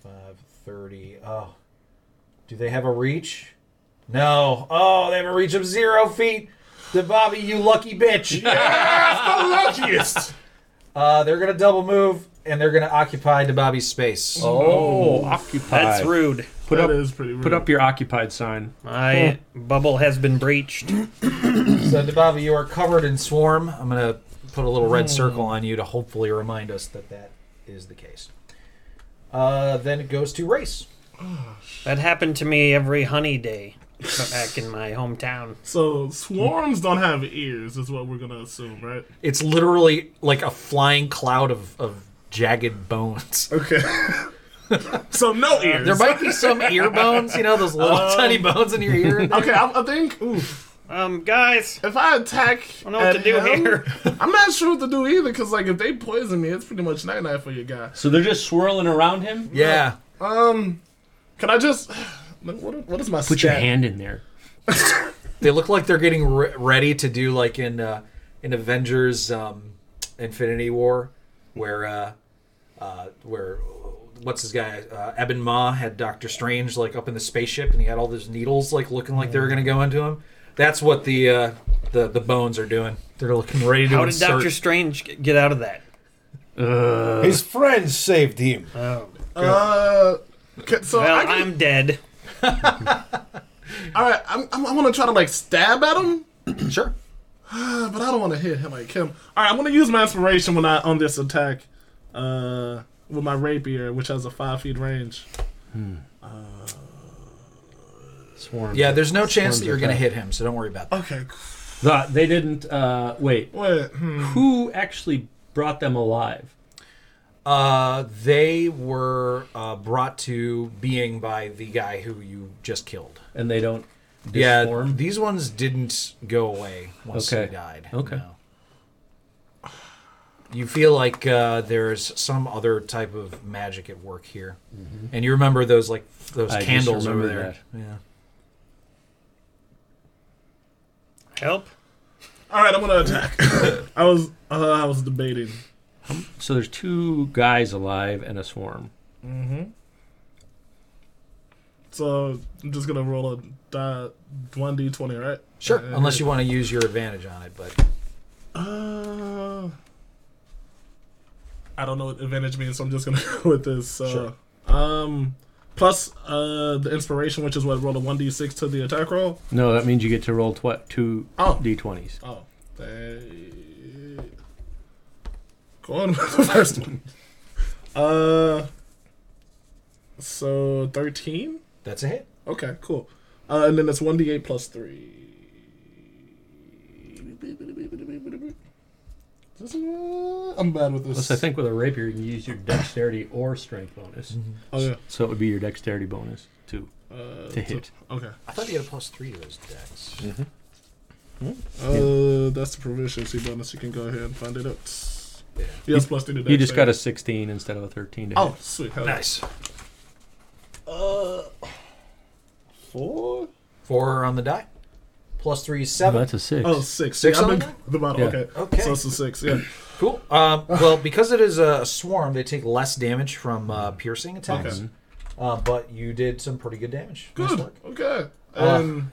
[SPEAKER 2] 5, 30. Oh. Do they have a reach? No. Oh, they have a reach of zero feet. The Bobby, you lucky bitch.
[SPEAKER 5] The luckiest.
[SPEAKER 2] Uh, they're going to double move and they're going to occupy the Bobby's space.
[SPEAKER 6] Oh, occupied.
[SPEAKER 3] That's rude.
[SPEAKER 6] Put
[SPEAKER 5] That
[SPEAKER 6] up,
[SPEAKER 5] is pretty rude.
[SPEAKER 6] put up your occupied sign.
[SPEAKER 3] My bubble has been breached.
[SPEAKER 2] So, Dabava, you are covered in swarm. I'm going to put a little red circle on you to hopefully remind us that that is the case. Uh, then it goes to race.
[SPEAKER 3] That happened to me every honey day back in my hometown.
[SPEAKER 5] So swarms don't have ears, is what we're gonna assume, right?
[SPEAKER 2] It's literally like a flying cloud of, of jagged bones.
[SPEAKER 5] Okay. so
[SPEAKER 6] Uh,
[SPEAKER 5] no ears.
[SPEAKER 2] There might be some ear bones, you know, those little tiny bones in your ear.
[SPEAKER 5] okay, I, I think oof,
[SPEAKER 3] Um, guys,
[SPEAKER 5] if I attack,
[SPEAKER 3] I don't know what to
[SPEAKER 5] at
[SPEAKER 3] do
[SPEAKER 5] him,
[SPEAKER 3] here.
[SPEAKER 5] I'm not sure what to do either, because like if they poison me, it's pretty much night night for you guy.
[SPEAKER 6] So they're just swirling around him?
[SPEAKER 2] Yeah.
[SPEAKER 5] Um, can I just? What, what is my
[SPEAKER 6] Put your hand in there.
[SPEAKER 2] They look like they're getting re- ready to do like in uh, in Avengers um, Infinity War, where uh, uh, where what's his guy uh, Ebon Ma had Doctor Strange like up in the spaceship, and he had all those needles like looking like they were gonna go into him. That's what the uh, the the bones are doing. They're looking ready to
[SPEAKER 3] How did
[SPEAKER 2] insert.
[SPEAKER 3] Doctor Strange g- get out of that?
[SPEAKER 4] His friends saved him.
[SPEAKER 3] Oh,
[SPEAKER 5] Uh, can, so
[SPEAKER 3] well,
[SPEAKER 5] I can,
[SPEAKER 3] I'm dead.
[SPEAKER 5] all right. I'm, I'm, I'm gonna try to like stab at him,
[SPEAKER 2] sure.
[SPEAKER 5] but I don't want to hit him like him. All right, I'm gonna use my inspiration when I on this attack, uh, with my rapier, which has a five feet range.
[SPEAKER 6] Swarm.
[SPEAKER 2] Yeah, there's no chance that
[SPEAKER 6] Swarms
[SPEAKER 2] you're gonna
[SPEAKER 6] attack.
[SPEAKER 2] hit him, so don't worry about that.
[SPEAKER 5] Okay.
[SPEAKER 6] The- they didn't. Uh, wait.
[SPEAKER 5] Wait. Hmm.
[SPEAKER 6] Who actually brought them alive?
[SPEAKER 2] Uh, they were uh, brought to being by the guy who you just killed.
[SPEAKER 6] And they don't
[SPEAKER 2] Yeah,
[SPEAKER 6] disform?
[SPEAKER 2] these ones didn't go away once
[SPEAKER 6] Okay.
[SPEAKER 2] he died.
[SPEAKER 6] Okay.
[SPEAKER 2] no. You feel like uh, there's some other type of magic at work here, and you remember those like those
[SPEAKER 6] Mm-hmm. I just
[SPEAKER 2] candles over
[SPEAKER 6] remembered
[SPEAKER 2] there. Yeah.
[SPEAKER 3] Help.
[SPEAKER 5] All right, I'm gonna attack. I was uh, I was debating.
[SPEAKER 6] So there's two guys alive and a swarm.
[SPEAKER 5] So I'm just gonna roll a die, one d twenty, right?
[SPEAKER 2] Sure.
[SPEAKER 5] Uh,
[SPEAKER 2] Unless you want to use your advantage on it, but
[SPEAKER 5] Uh, I don't know what advantage means, so I'm just gonna go with this. So, Um, plus uh the inspiration, which is what roll a one d six to the attack roll.
[SPEAKER 6] No, that means you get to roll tw- two
[SPEAKER 5] Oh.
[SPEAKER 6] d20s.
[SPEAKER 5] Oh, they... go on with the first one. Uh, so thirteen.
[SPEAKER 2] that's a hit.
[SPEAKER 5] Okay, cool. Uh, and then it's one d eight plus three. I'm bad with this.
[SPEAKER 6] Plus, I think with a rapier you can use your dexterity or strength bonus.
[SPEAKER 5] Oh yeah.
[SPEAKER 6] So it would be your dexterity bonus to
[SPEAKER 5] Uh,
[SPEAKER 6] to hit.
[SPEAKER 5] Okay.
[SPEAKER 2] I thought you had a plus three to those decks.
[SPEAKER 5] Uh, that's the proficiency bonus. You can go ahead and find it out.
[SPEAKER 2] Yeah.
[SPEAKER 5] Yes, plus three to
[SPEAKER 6] You just
[SPEAKER 5] dex
[SPEAKER 6] got a
[SPEAKER 5] save.
[SPEAKER 6] 16 instead of a 13 to
[SPEAKER 5] Oh,
[SPEAKER 6] hit.
[SPEAKER 5] sweet. Hell yeah.
[SPEAKER 2] Nice.
[SPEAKER 5] Uh, four.
[SPEAKER 2] Four on the die. Plus three is seven.
[SPEAKER 6] that's a six.
[SPEAKER 5] Oh, six.
[SPEAKER 2] Six
[SPEAKER 5] yeah,
[SPEAKER 2] on
[SPEAKER 5] I've
[SPEAKER 2] the
[SPEAKER 5] been, the bottom.
[SPEAKER 6] Yeah.
[SPEAKER 5] Okay.
[SPEAKER 2] Okay.
[SPEAKER 5] So it's a six. Yeah.
[SPEAKER 2] Cool. Um, well, because it is a swarm, they take less damage from uh, piercing attacks.
[SPEAKER 5] Okay.
[SPEAKER 2] Uh, but you did some pretty good damage. Nice
[SPEAKER 5] Good.
[SPEAKER 2] work.
[SPEAKER 5] Okay.
[SPEAKER 2] Uh,
[SPEAKER 5] Um,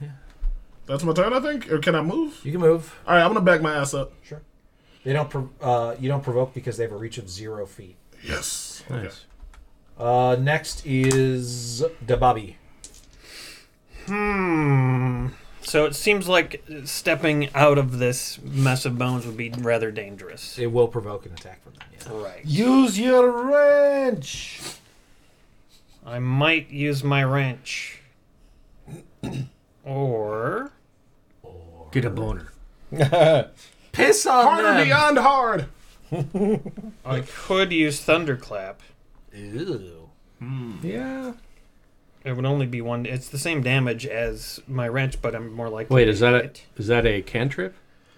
[SPEAKER 5] that's my turn, I think. Or can I move?
[SPEAKER 2] You can move.
[SPEAKER 5] All right, I'm gonna back my ass up.
[SPEAKER 2] Sure. They don't. Pro- uh, you don't provoke because they have a reach of zero feet.
[SPEAKER 5] Yes.
[SPEAKER 6] nice.
[SPEAKER 5] Okay.
[SPEAKER 2] Uh, next is Dababi.
[SPEAKER 3] So it seems like stepping out of this mess of bones would be rather dangerous.
[SPEAKER 2] It will provoke an attack from them. Yeah.
[SPEAKER 3] Right.
[SPEAKER 4] Use your wrench.
[SPEAKER 3] I might use my wrench. or.
[SPEAKER 7] Get a boner.
[SPEAKER 2] Piss on
[SPEAKER 5] Harder
[SPEAKER 2] them.
[SPEAKER 5] beyond hard.
[SPEAKER 3] I could use Thunderclap.
[SPEAKER 2] Ew.
[SPEAKER 4] Yeah.
[SPEAKER 3] It would only be one. It's the same damage as my wrench, but I'm more likely.
[SPEAKER 6] Wait,
[SPEAKER 3] to
[SPEAKER 6] is that a,
[SPEAKER 3] hit.
[SPEAKER 6] is that a cantrip?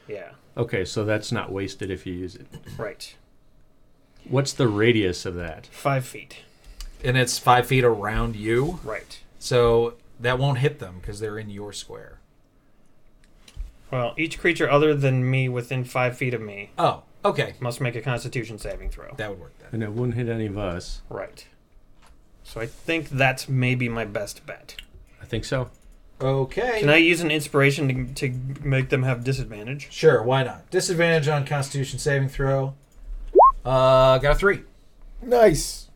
[SPEAKER 3] Yeah.
[SPEAKER 6] Okay, so that's not wasted if you use it.
[SPEAKER 3] Right.
[SPEAKER 6] What's the radius of that?
[SPEAKER 3] Five feet.
[SPEAKER 2] And it's five feet around you,
[SPEAKER 3] Right.
[SPEAKER 2] so that won't hit them because they're in your square.
[SPEAKER 3] Well, each creature other than me within five feet of me
[SPEAKER 2] Oh, okay.
[SPEAKER 3] must make a Constitution saving throw.
[SPEAKER 2] That would work then.
[SPEAKER 6] And it wouldn't hit any of us.
[SPEAKER 3] Right. So I think that's maybe my best bet.
[SPEAKER 6] I think so.
[SPEAKER 2] Okay.
[SPEAKER 3] Can I use an inspiration to, to make them have disadvantage?
[SPEAKER 2] Sure, why not? Disadvantage on Constitution saving throw. Uh, got a three.
[SPEAKER 4] Nice.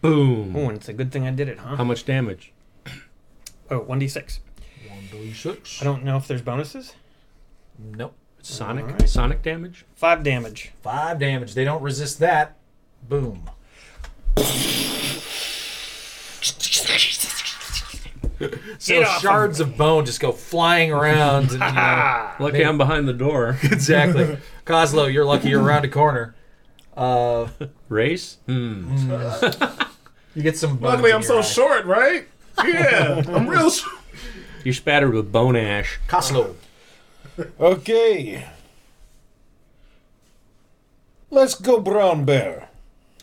[SPEAKER 6] Boom.
[SPEAKER 3] Oh, and it's a good thing I did it,
[SPEAKER 6] How
[SPEAKER 3] huh?
[SPEAKER 6] much damage?
[SPEAKER 3] Oh, 1d6.
[SPEAKER 2] One, two, six.
[SPEAKER 3] I don't know if there's bonuses.
[SPEAKER 2] Nope.
[SPEAKER 6] Sonic
[SPEAKER 3] Alright.
[SPEAKER 6] sonic damage?
[SPEAKER 3] Five damage.
[SPEAKER 2] Five damage. They don't resist that. Boom. so
[SPEAKER 3] Get off
[SPEAKER 2] shards of bone just go flying around. And, you know,
[SPEAKER 6] Lucky I'm behind the door.
[SPEAKER 2] exactly. Coslow, you're lucky you're around a corner. Uh,
[SPEAKER 6] Race? Hmm.
[SPEAKER 2] you get some. bones
[SPEAKER 5] Luckily,
[SPEAKER 2] in
[SPEAKER 5] I'm
[SPEAKER 2] your
[SPEAKER 5] so
[SPEAKER 2] eye.
[SPEAKER 5] short, right? Yeah, I'm real short.
[SPEAKER 6] You're spattered with bone ash.
[SPEAKER 2] Coslow.
[SPEAKER 4] Okay. Let's go, brown bear.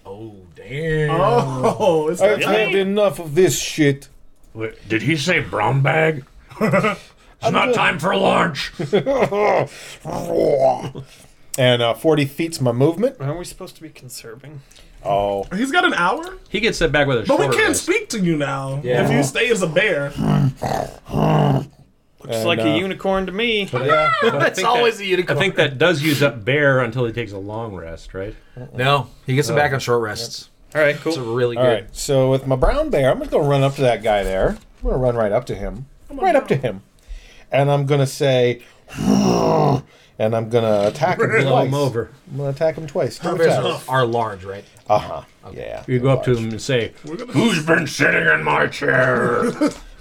[SPEAKER 2] Oh damn.
[SPEAKER 5] Oh, it's
[SPEAKER 4] I've
[SPEAKER 5] like,
[SPEAKER 4] had enough of this shit.
[SPEAKER 7] Wait, did he say brown bag? It's not time for lunch.
[SPEAKER 4] And uh, 40 feet's my movement.
[SPEAKER 3] Aren't we supposed to be conserving?
[SPEAKER 4] Oh.
[SPEAKER 5] he's got an hour,
[SPEAKER 6] He gets set back with a
[SPEAKER 5] but we
[SPEAKER 6] shorter
[SPEAKER 5] can't
[SPEAKER 6] rest.
[SPEAKER 5] speak to you now.
[SPEAKER 2] Yeah.
[SPEAKER 5] If you stay as a bear,
[SPEAKER 3] Looks
[SPEAKER 4] And,
[SPEAKER 3] like
[SPEAKER 4] uh,
[SPEAKER 3] a unicorn to me.
[SPEAKER 6] Yeah, but I
[SPEAKER 2] That's
[SPEAKER 6] think
[SPEAKER 2] always
[SPEAKER 6] that,
[SPEAKER 2] a unicorn.
[SPEAKER 6] I think that does use up bear until he takes a long rest, right?
[SPEAKER 2] No, he gets them
[SPEAKER 6] Oh.
[SPEAKER 2] back on short rests.
[SPEAKER 3] All right,
[SPEAKER 2] It's a
[SPEAKER 3] cool.
[SPEAKER 2] really
[SPEAKER 4] All
[SPEAKER 2] good.
[SPEAKER 4] right. So with my brown bear, I'm just gonna run up to that guy there. I'm gonna run right up to him, right up to him, and I'm gonna say, and I'm gonna attack him
[SPEAKER 6] Blow
[SPEAKER 4] twice.
[SPEAKER 6] him over.
[SPEAKER 4] I'm gonna attack him twice. Two
[SPEAKER 2] Bears
[SPEAKER 4] attacks.
[SPEAKER 2] are, are large, right?
[SPEAKER 4] Uh huh. Yeah.
[SPEAKER 6] You go up to him and say,
[SPEAKER 7] Who's been sitting in my chair?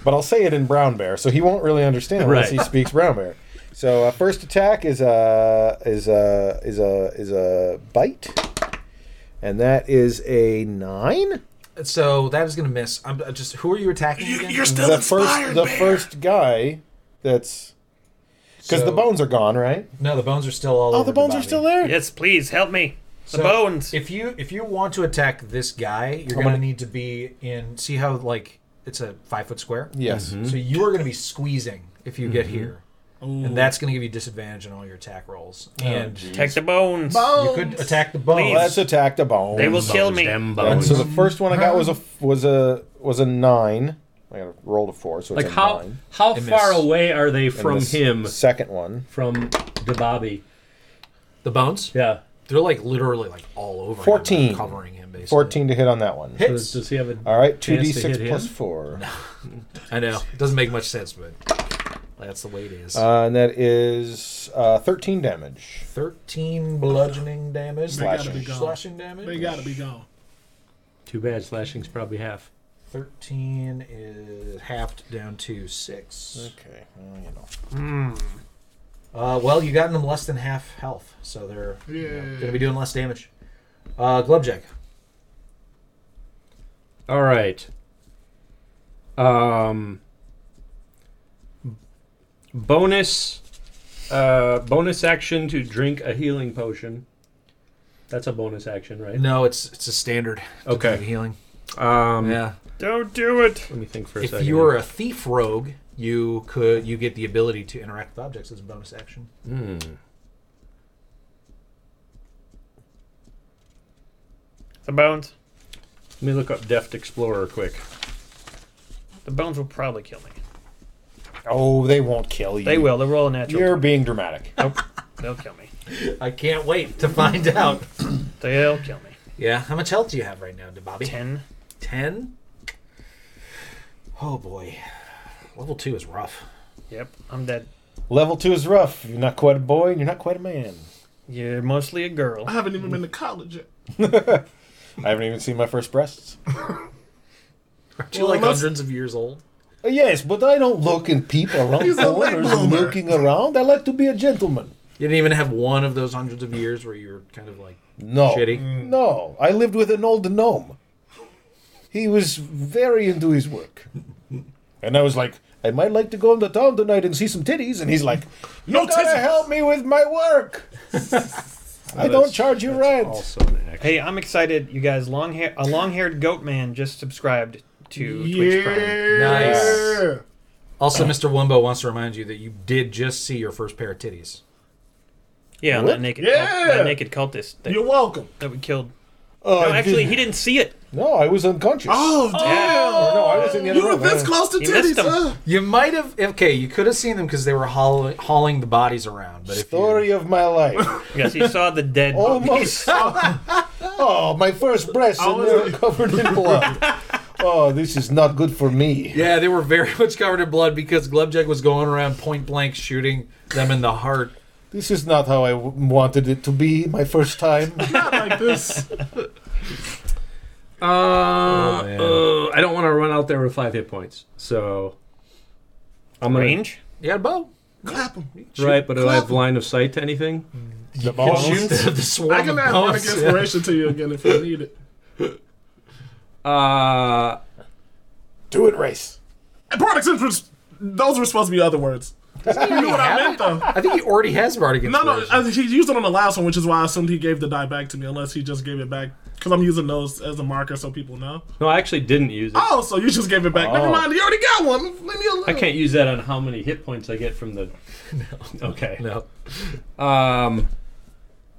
[SPEAKER 4] But I'll say it in brown bear, so he won't really understand unless
[SPEAKER 6] Right.
[SPEAKER 4] he speaks brown bear. So uh, first attack is a is a is a is a bite, and that is a nine.
[SPEAKER 2] So that is going to miss. I'm I just. Who are you attacking?
[SPEAKER 5] you,
[SPEAKER 2] again?
[SPEAKER 5] you're still
[SPEAKER 4] the
[SPEAKER 5] inspired,
[SPEAKER 4] first the
[SPEAKER 5] bear.
[SPEAKER 4] first guy that's because
[SPEAKER 2] So-
[SPEAKER 4] the bones are gone, right?
[SPEAKER 2] No, the bones are still all.
[SPEAKER 4] Oh, the bones are still there.
[SPEAKER 3] Yes, please help me. The bones.
[SPEAKER 2] If you if you want to attack this guy, you're going to need to be in. See how like it's a five foot square.
[SPEAKER 4] Yes.
[SPEAKER 6] Mm-hmm.
[SPEAKER 2] So you are going to be squeezing if you get here, and that's going to give you disadvantage on all your attack rolls. and you
[SPEAKER 3] Take the bones.
[SPEAKER 2] could attack the bones.
[SPEAKER 4] Let's attack the bones.
[SPEAKER 3] They will kill me.
[SPEAKER 7] Damn
[SPEAKER 4] And
[SPEAKER 7] bones.
[SPEAKER 4] so the first one I got was a was a was a nine. I got rolled a four, so it's
[SPEAKER 6] like,
[SPEAKER 4] a
[SPEAKER 6] how,
[SPEAKER 4] nine.
[SPEAKER 6] how far
[SPEAKER 2] miss.
[SPEAKER 6] away are they
[SPEAKER 4] And
[SPEAKER 6] from
[SPEAKER 4] this
[SPEAKER 6] him,
[SPEAKER 4] Second one.
[SPEAKER 6] from Dababi?
[SPEAKER 2] The bones.
[SPEAKER 6] Yeah.
[SPEAKER 2] They're like literally like all over. him, like,
[SPEAKER 4] 14.
[SPEAKER 2] covering him basically.
[SPEAKER 4] Fourteen to hit on that one.
[SPEAKER 6] So
[SPEAKER 2] hits.
[SPEAKER 6] does he have a.
[SPEAKER 4] All right, two
[SPEAKER 6] Chance
[SPEAKER 4] d
[SPEAKER 6] to
[SPEAKER 4] six
[SPEAKER 6] hit
[SPEAKER 4] plus
[SPEAKER 6] him?
[SPEAKER 4] four,
[SPEAKER 2] I know. It doesn't make much sense, but that's the way it is.
[SPEAKER 4] uh, and that is uh, thirteen damage.
[SPEAKER 2] 13 bludgeoning damage.
[SPEAKER 4] They gotta be
[SPEAKER 5] gone.
[SPEAKER 2] Slashing damage.
[SPEAKER 5] They gotta be gone.
[SPEAKER 6] Too bad, slashing's probably half.
[SPEAKER 2] 13 is halved down to 6.
[SPEAKER 4] Okay, well, you know.
[SPEAKER 2] Uh, well, you gotten them less than half health, so they're
[SPEAKER 5] Yeah.
[SPEAKER 2] going to be doing less damage. Uh, Glubjack.
[SPEAKER 6] All right. Um. Bonus. Uh, bonus action to drink a healing potion. That's a bonus action, right?
[SPEAKER 2] No, it's it's a standard. to
[SPEAKER 6] Okay.
[SPEAKER 2] do Healing.
[SPEAKER 6] Um,
[SPEAKER 2] Yeah.
[SPEAKER 3] Don't do it.
[SPEAKER 6] Let me think for a
[SPEAKER 2] If
[SPEAKER 6] second.
[SPEAKER 2] you were a thief rogue, you could you get the ability to interact with objects as a bonus action.
[SPEAKER 3] The bones.
[SPEAKER 6] Let me look up Deft Explorer quick.
[SPEAKER 3] The bones will probably kill me.
[SPEAKER 4] Oh, they won't kill you.
[SPEAKER 3] They will. They'll roll a natural.
[SPEAKER 4] You're being dramatic.
[SPEAKER 3] Nope. They'll kill me.
[SPEAKER 2] I can't wait to find out.
[SPEAKER 3] They'll kill me.
[SPEAKER 2] Yeah. How much health do you have right now, Bobby?
[SPEAKER 3] Ten.
[SPEAKER 2] Ten? Oh boy. Level two is rough.
[SPEAKER 3] Yep, I'm dead.
[SPEAKER 4] Level two is rough. You're not quite a boy, and you're not quite a man.
[SPEAKER 3] You're mostly a girl.
[SPEAKER 5] I haven't even been to college yet.
[SPEAKER 4] I haven't even seen my first breasts.
[SPEAKER 2] Aren't you like hundreds of years old?
[SPEAKER 4] Uh, yes, but I don't look in people around
[SPEAKER 5] He's a late
[SPEAKER 4] corners
[SPEAKER 5] bloomer.
[SPEAKER 4] looking around. I like to be a gentleman.
[SPEAKER 2] You didn't even have one of those hundreds of years where you were kind of like
[SPEAKER 4] No.
[SPEAKER 2] Shitty.
[SPEAKER 5] Mm.
[SPEAKER 4] No. I lived with an old gnome. He was very into his work. And I was like, I might like to go into town tonight and see some titties. And he's like,
[SPEAKER 5] No
[SPEAKER 4] You gotta
[SPEAKER 5] tits.
[SPEAKER 4] help me with my work. I don't charge you rent.
[SPEAKER 7] Also an action.
[SPEAKER 3] Hey, I'm excited, you guys. Long hair, a long-haired goat man just subscribed to Twitch Prime.
[SPEAKER 2] Nice. Also, Mr. Wumbo wants to remind you that you did just see your first pair of titties.
[SPEAKER 3] Yeah, on that naked, cult-
[SPEAKER 5] Yeah!
[SPEAKER 3] that naked cultist that,
[SPEAKER 5] You're welcome.
[SPEAKER 3] that we killed.
[SPEAKER 4] Oh,
[SPEAKER 3] No,
[SPEAKER 4] I
[SPEAKER 3] actually,
[SPEAKER 4] didn't-
[SPEAKER 3] he didn't see it.
[SPEAKER 4] no, I was unconscious.
[SPEAKER 5] Oh,
[SPEAKER 4] Or
[SPEAKER 5] damn.
[SPEAKER 4] no, I was in the other
[SPEAKER 5] You were
[SPEAKER 4] room.
[SPEAKER 5] this close to
[SPEAKER 3] He missed
[SPEAKER 5] titties,
[SPEAKER 3] him.
[SPEAKER 5] huh?
[SPEAKER 2] You might have okay. You could have seen them because they were haul- hauling the bodies around. But if
[SPEAKER 4] Story of my life.
[SPEAKER 3] Yes, he saw the dead.
[SPEAKER 4] Almost. oh, my first breast and
[SPEAKER 5] was-
[SPEAKER 4] they're covered in blood. Oh, this is not good for me.
[SPEAKER 2] You, yeah, they were very much covered in blood because Glubjack was going around point blank shooting them in the heart.
[SPEAKER 4] This is not how I w- wanted it to be my first time.
[SPEAKER 5] Not like this.
[SPEAKER 6] Uh,
[SPEAKER 2] man.
[SPEAKER 6] uh, I don't want to run out there with five hit points, so I'm gonna,
[SPEAKER 3] range.
[SPEAKER 2] You got a bow.
[SPEAKER 5] Clap him.
[SPEAKER 6] right? But do I have line of sight to anything?
[SPEAKER 4] the boss.
[SPEAKER 2] Shoot the, the swarm
[SPEAKER 5] I can
[SPEAKER 2] of
[SPEAKER 5] add one
[SPEAKER 2] bones.
[SPEAKER 5] against inspiration to you again if you need it.
[SPEAKER 6] Uh,
[SPEAKER 4] Do it, race.
[SPEAKER 5] And Product interest. Those were supposed to be other words. You knew what I meant, though.
[SPEAKER 2] I think he already has bardic
[SPEAKER 5] No, uh,
[SPEAKER 2] inspiration.
[SPEAKER 5] no, I, he used it on the last one, which is why I assumed he gave the die back to me, unless he just gave it back. Because I'm using those as a marker so people know.
[SPEAKER 6] no, I actually didn't use it.
[SPEAKER 5] Oh, so you just gave it back. Never mind, you already got one. Leave me alone.
[SPEAKER 6] I can't use that on how many hit points I get from the. Okay.
[SPEAKER 2] no.
[SPEAKER 6] Um.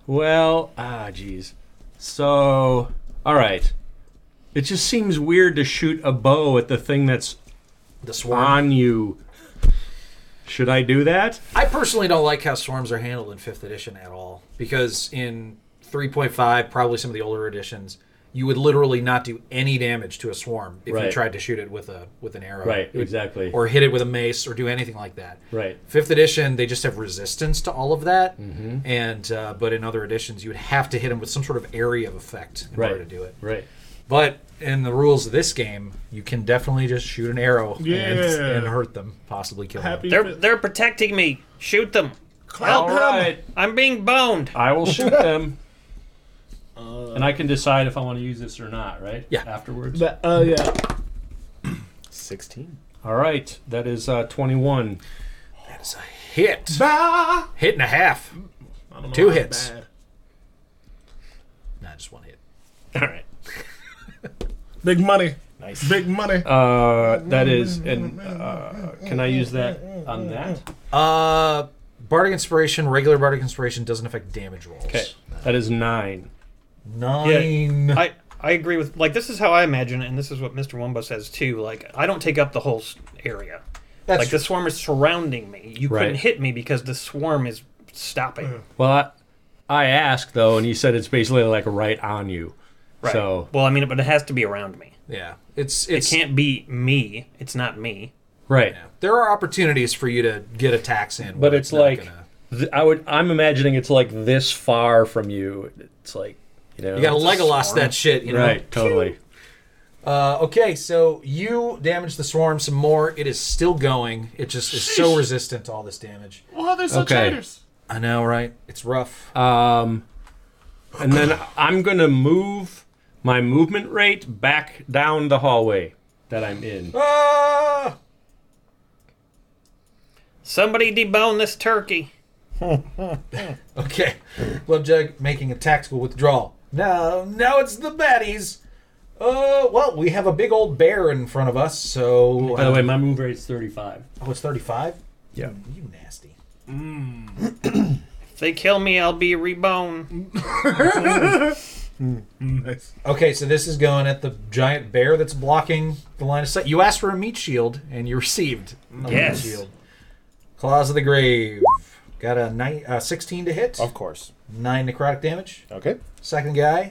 [SPEAKER 6] Well, ah, jeez. So, all right. It just seems weird to shoot a bow at the thing that's
[SPEAKER 2] The swarm.
[SPEAKER 6] on you. Should I do that?
[SPEAKER 2] I personally don't like how swarms are handled in fifth edition at all because in 3.5, probably some of the older editions, you would literally not do any damage to a swarm if you
[SPEAKER 6] Right.
[SPEAKER 2] tried to shoot it with a with an arrow,
[SPEAKER 6] Right,
[SPEAKER 2] It would-
[SPEAKER 6] exactly.
[SPEAKER 2] or hit it with a mace, or do anything like that.
[SPEAKER 6] Right.
[SPEAKER 2] Fifth edition, they just have resistance to all of that,
[SPEAKER 6] Mm-hmm.
[SPEAKER 2] and uh, but in other editions, you would have to hit them with some sort of area of effect in
[SPEAKER 6] Right.
[SPEAKER 2] order to do it.
[SPEAKER 6] Right.
[SPEAKER 2] But in the rules of this game, you can definitely just shoot an arrow and,
[SPEAKER 5] Yeah.
[SPEAKER 2] and hurt them, possibly kill them.
[SPEAKER 5] Happy
[SPEAKER 3] They're
[SPEAKER 5] fit.
[SPEAKER 3] they're protecting me. Shoot them.
[SPEAKER 5] Clap
[SPEAKER 6] All
[SPEAKER 5] him.
[SPEAKER 6] right.
[SPEAKER 3] I'm being boned.
[SPEAKER 6] I will shoot them.
[SPEAKER 2] Uh,
[SPEAKER 6] and I can decide if I want to use this or not, right?
[SPEAKER 2] Yeah.
[SPEAKER 6] Afterwards.
[SPEAKER 5] That- uh, yeah.
[SPEAKER 4] 16.
[SPEAKER 6] All right. That is uh, 21.
[SPEAKER 2] That's a hit,
[SPEAKER 5] Bah.
[SPEAKER 2] hit and a half.
[SPEAKER 5] I don't know
[SPEAKER 2] Two
[SPEAKER 5] how
[SPEAKER 2] hits.
[SPEAKER 5] bad.
[SPEAKER 2] Nah, just one hit.
[SPEAKER 6] All right.
[SPEAKER 5] Big money.
[SPEAKER 4] Nice.
[SPEAKER 5] Big money.
[SPEAKER 6] Uh, that is, and uh, can I use that on that?
[SPEAKER 2] Uh, bardic inspiration, regular bardic inspiration doesn't affect damage rolls.
[SPEAKER 6] Okay. That is nine.
[SPEAKER 2] Nine.
[SPEAKER 3] I I agree with like this is how I imagine it, and this is what Mr. Wumbo says too. Like I don't take up the whole s- area.
[SPEAKER 2] That's
[SPEAKER 3] like the swarm is surrounding me. You
[SPEAKER 6] Right. Mm.
[SPEAKER 3] couldn't hit me because the swarm is stopping.
[SPEAKER 6] Well, I, I asked though, and you said it's basically like right on you.
[SPEAKER 3] Right.
[SPEAKER 6] So
[SPEAKER 3] well, I mean, but it has to be around me.
[SPEAKER 2] yeah. It's
[SPEAKER 3] It
[SPEAKER 2] it's
[SPEAKER 3] can't be me. It's not me.
[SPEAKER 6] right.
[SPEAKER 2] there are opportunities for you to get attacks in,
[SPEAKER 6] But
[SPEAKER 2] where
[SPEAKER 6] it's
[SPEAKER 2] not
[SPEAKER 6] like
[SPEAKER 2] gonna-
[SPEAKER 6] th- I would. I'm imagining it's like this far from you. It's like you know.
[SPEAKER 2] you got to
[SPEAKER 6] it's-
[SPEAKER 2] Legolas that shit, you know.
[SPEAKER 6] Right. Totally.
[SPEAKER 2] Uh, okay, so you damage the swarm some more. It is still going. It just is so resistant to all this damage.
[SPEAKER 5] Why are they so
[SPEAKER 6] Okay.
[SPEAKER 5] traitors?
[SPEAKER 2] I know, right? It's rough.
[SPEAKER 6] Um, and then I'm gonna move my movement rate back down the hallway that I'm in.
[SPEAKER 2] Ah!
[SPEAKER 3] Somebody debone this turkey.
[SPEAKER 2] Okay, Glubjug making a tactical withdrawal. Now, now it's the baddies. Uh, well, we have a big old bear in front of us, so
[SPEAKER 6] By the way, my move rate's 35.
[SPEAKER 2] oh, it's thirty-five. Mm,
[SPEAKER 6] Yeah.
[SPEAKER 2] You nasty.
[SPEAKER 3] If they kill me, I'll be rebone.
[SPEAKER 5] Nice.
[SPEAKER 2] Okay, so this is going at the giant bear that's blocking the line of sight. You asked for a meat shield, and you received a
[SPEAKER 3] Yes.
[SPEAKER 2] meat shield. Claws of the grave. Got a nine, uh, 16 to hit,
[SPEAKER 4] Of course.
[SPEAKER 2] 9 necrotic damage.
[SPEAKER 4] Okay.
[SPEAKER 2] Second guy,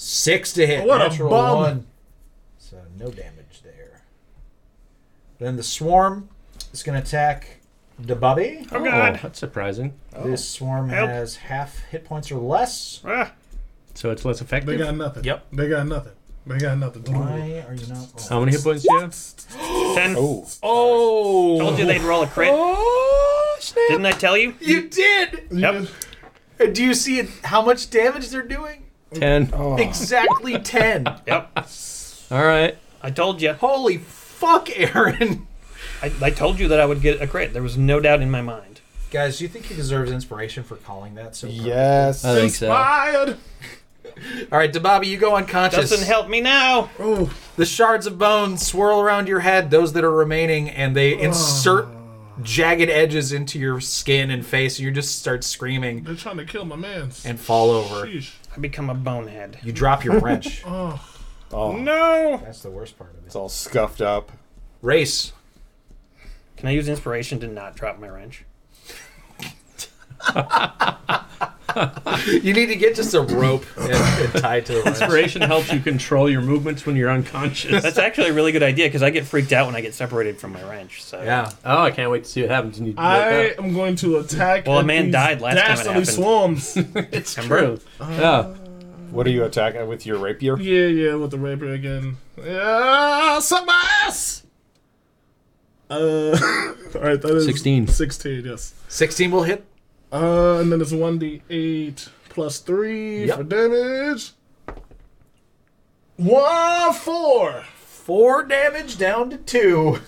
[SPEAKER 2] Six to hit.
[SPEAKER 5] What a
[SPEAKER 2] Natural
[SPEAKER 5] bum.
[SPEAKER 2] One. So no damage there. Then the swarm is going to attack Debubbie.
[SPEAKER 7] Oh, God.
[SPEAKER 6] that's surprising.
[SPEAKER 2] This swarm
[SPEAKER 7] Help.
[SPEAKER 2] has half hit points or less.
[SPEAKER 7] Ah.
[SPEAKER 6] So it's less
[SPEAKER 5] They
[SPEAKER 6] effective.
[SPEAKER 5] got nothing.
[SPEAKER 7] Yep.
[SPEAKER 5] They got nothing. They got nothing.
[SPEAKER 2] Why are you not? Oh.
[SPEAKER 6] How many hit points do you have?
[SPEAKER 3] Ten. Oh. oh. Told you they'd roll a crit.
[SPEAKER 2] Oh snap!
[SPEAKER 3] Didn't I tell you?
[SPEAKER 2] You did.
[SPEAKER 5] Yep.
[SPEAKER 2] Do you see it, how much damage they're doing?
[SPEAKER 6] Ten.
[SPEAKER 2] Oh. Exactly ten.
[SPEAKER 3] Yep.
[SPEAKER 6] All right.
[SPEAKER 3] I told you.
[SPEAKER 2] Holy fuck, Aaron!
[SPEAKER 3] I, I told you that I would get a crit. There was no doubt in my mind.
[SPEAKER 2] Guys, do you think he deserves inspiration for calling that? So
[SPEAKER 4] Yes.
[SPEAKER 3] Uh,
[SPEAKER 6] I think so.
[SPEAKER 5] Fired.
[SPEAKER 2] All right, Dababi, you go unconscious.
[SPEAKER 3] Doesn't help me now.
[SPEAKER 5] Oh,
[SPEAKER 2] The shards of bone swirl around your head, those that are remaining, and they insert jagged edges into your skin and face, and you just start screaming
[SPEAKER 5] they're trying to kill my man's.
[SPEAKER 2] and fall over.
[SPEAKER 5] Sheesh. Uh.
[SPEAKER 3] I become a bonehead.
[SPEAKER 2] You drop your wrench.
[SPEAKER 7] No.
[SPEAKER 2] That's the worst part of
[SPEAKER 4] Oh, It's
[SPEAKER 2] it.
[SPEAKER 4] all scuffed up.
[SPEAKER 2] Race.
[SPEAKER 3] Can I use inspiration to not drop my wrench?
[SPEAKER 2] You need to get just a rope and, and tie it to the wrench.
[SPEAKER 6] Inspiration helps you control your movements when you're unconscious.
[SPEAKER 3] That's actually a really good idea because I get freaked out when I get separated from my wrench. So
[SPEAKER 2] Yeah.
[SPEAKER 6] oh, I can't wait to see what happens when you do
[SPEAKER 5] I
[SPEAKER 6] that.
[SPEAKER 5] am going to attack.
[SPEAKER 3] Well, a
[SPEAKER 5] at
[SPEAKER 3] man
[SPEAKER 5] these
[SPEAKER 3] died last time it
[SPEAKER 5] dastardly
[SPEAKER 3] happened.
[SPEAKER 5] swarms.
[SPEAKER 6] It's
[SPEAKER 3] Remember?
[SPEAKER 6] true. Yeah.
[SPEAKER 4] What are you attacking with your rapier?
[SPEAKER 5] yeah, yeah, with the rapier again. Yeah, suck my ass. Uh, all right, that is
[SPEAKER 6] 16.
[SPEAKER 5] Sixteen, yes.
[SPEAKER 2] 16 will hit.
[SPEAKER 5] Uh, and then it's one d eight plus three
[SPEAKER 2] Yep.
[SPEAKER 5] for damage. One four.
[SPEAKER 2] Four damage down to two.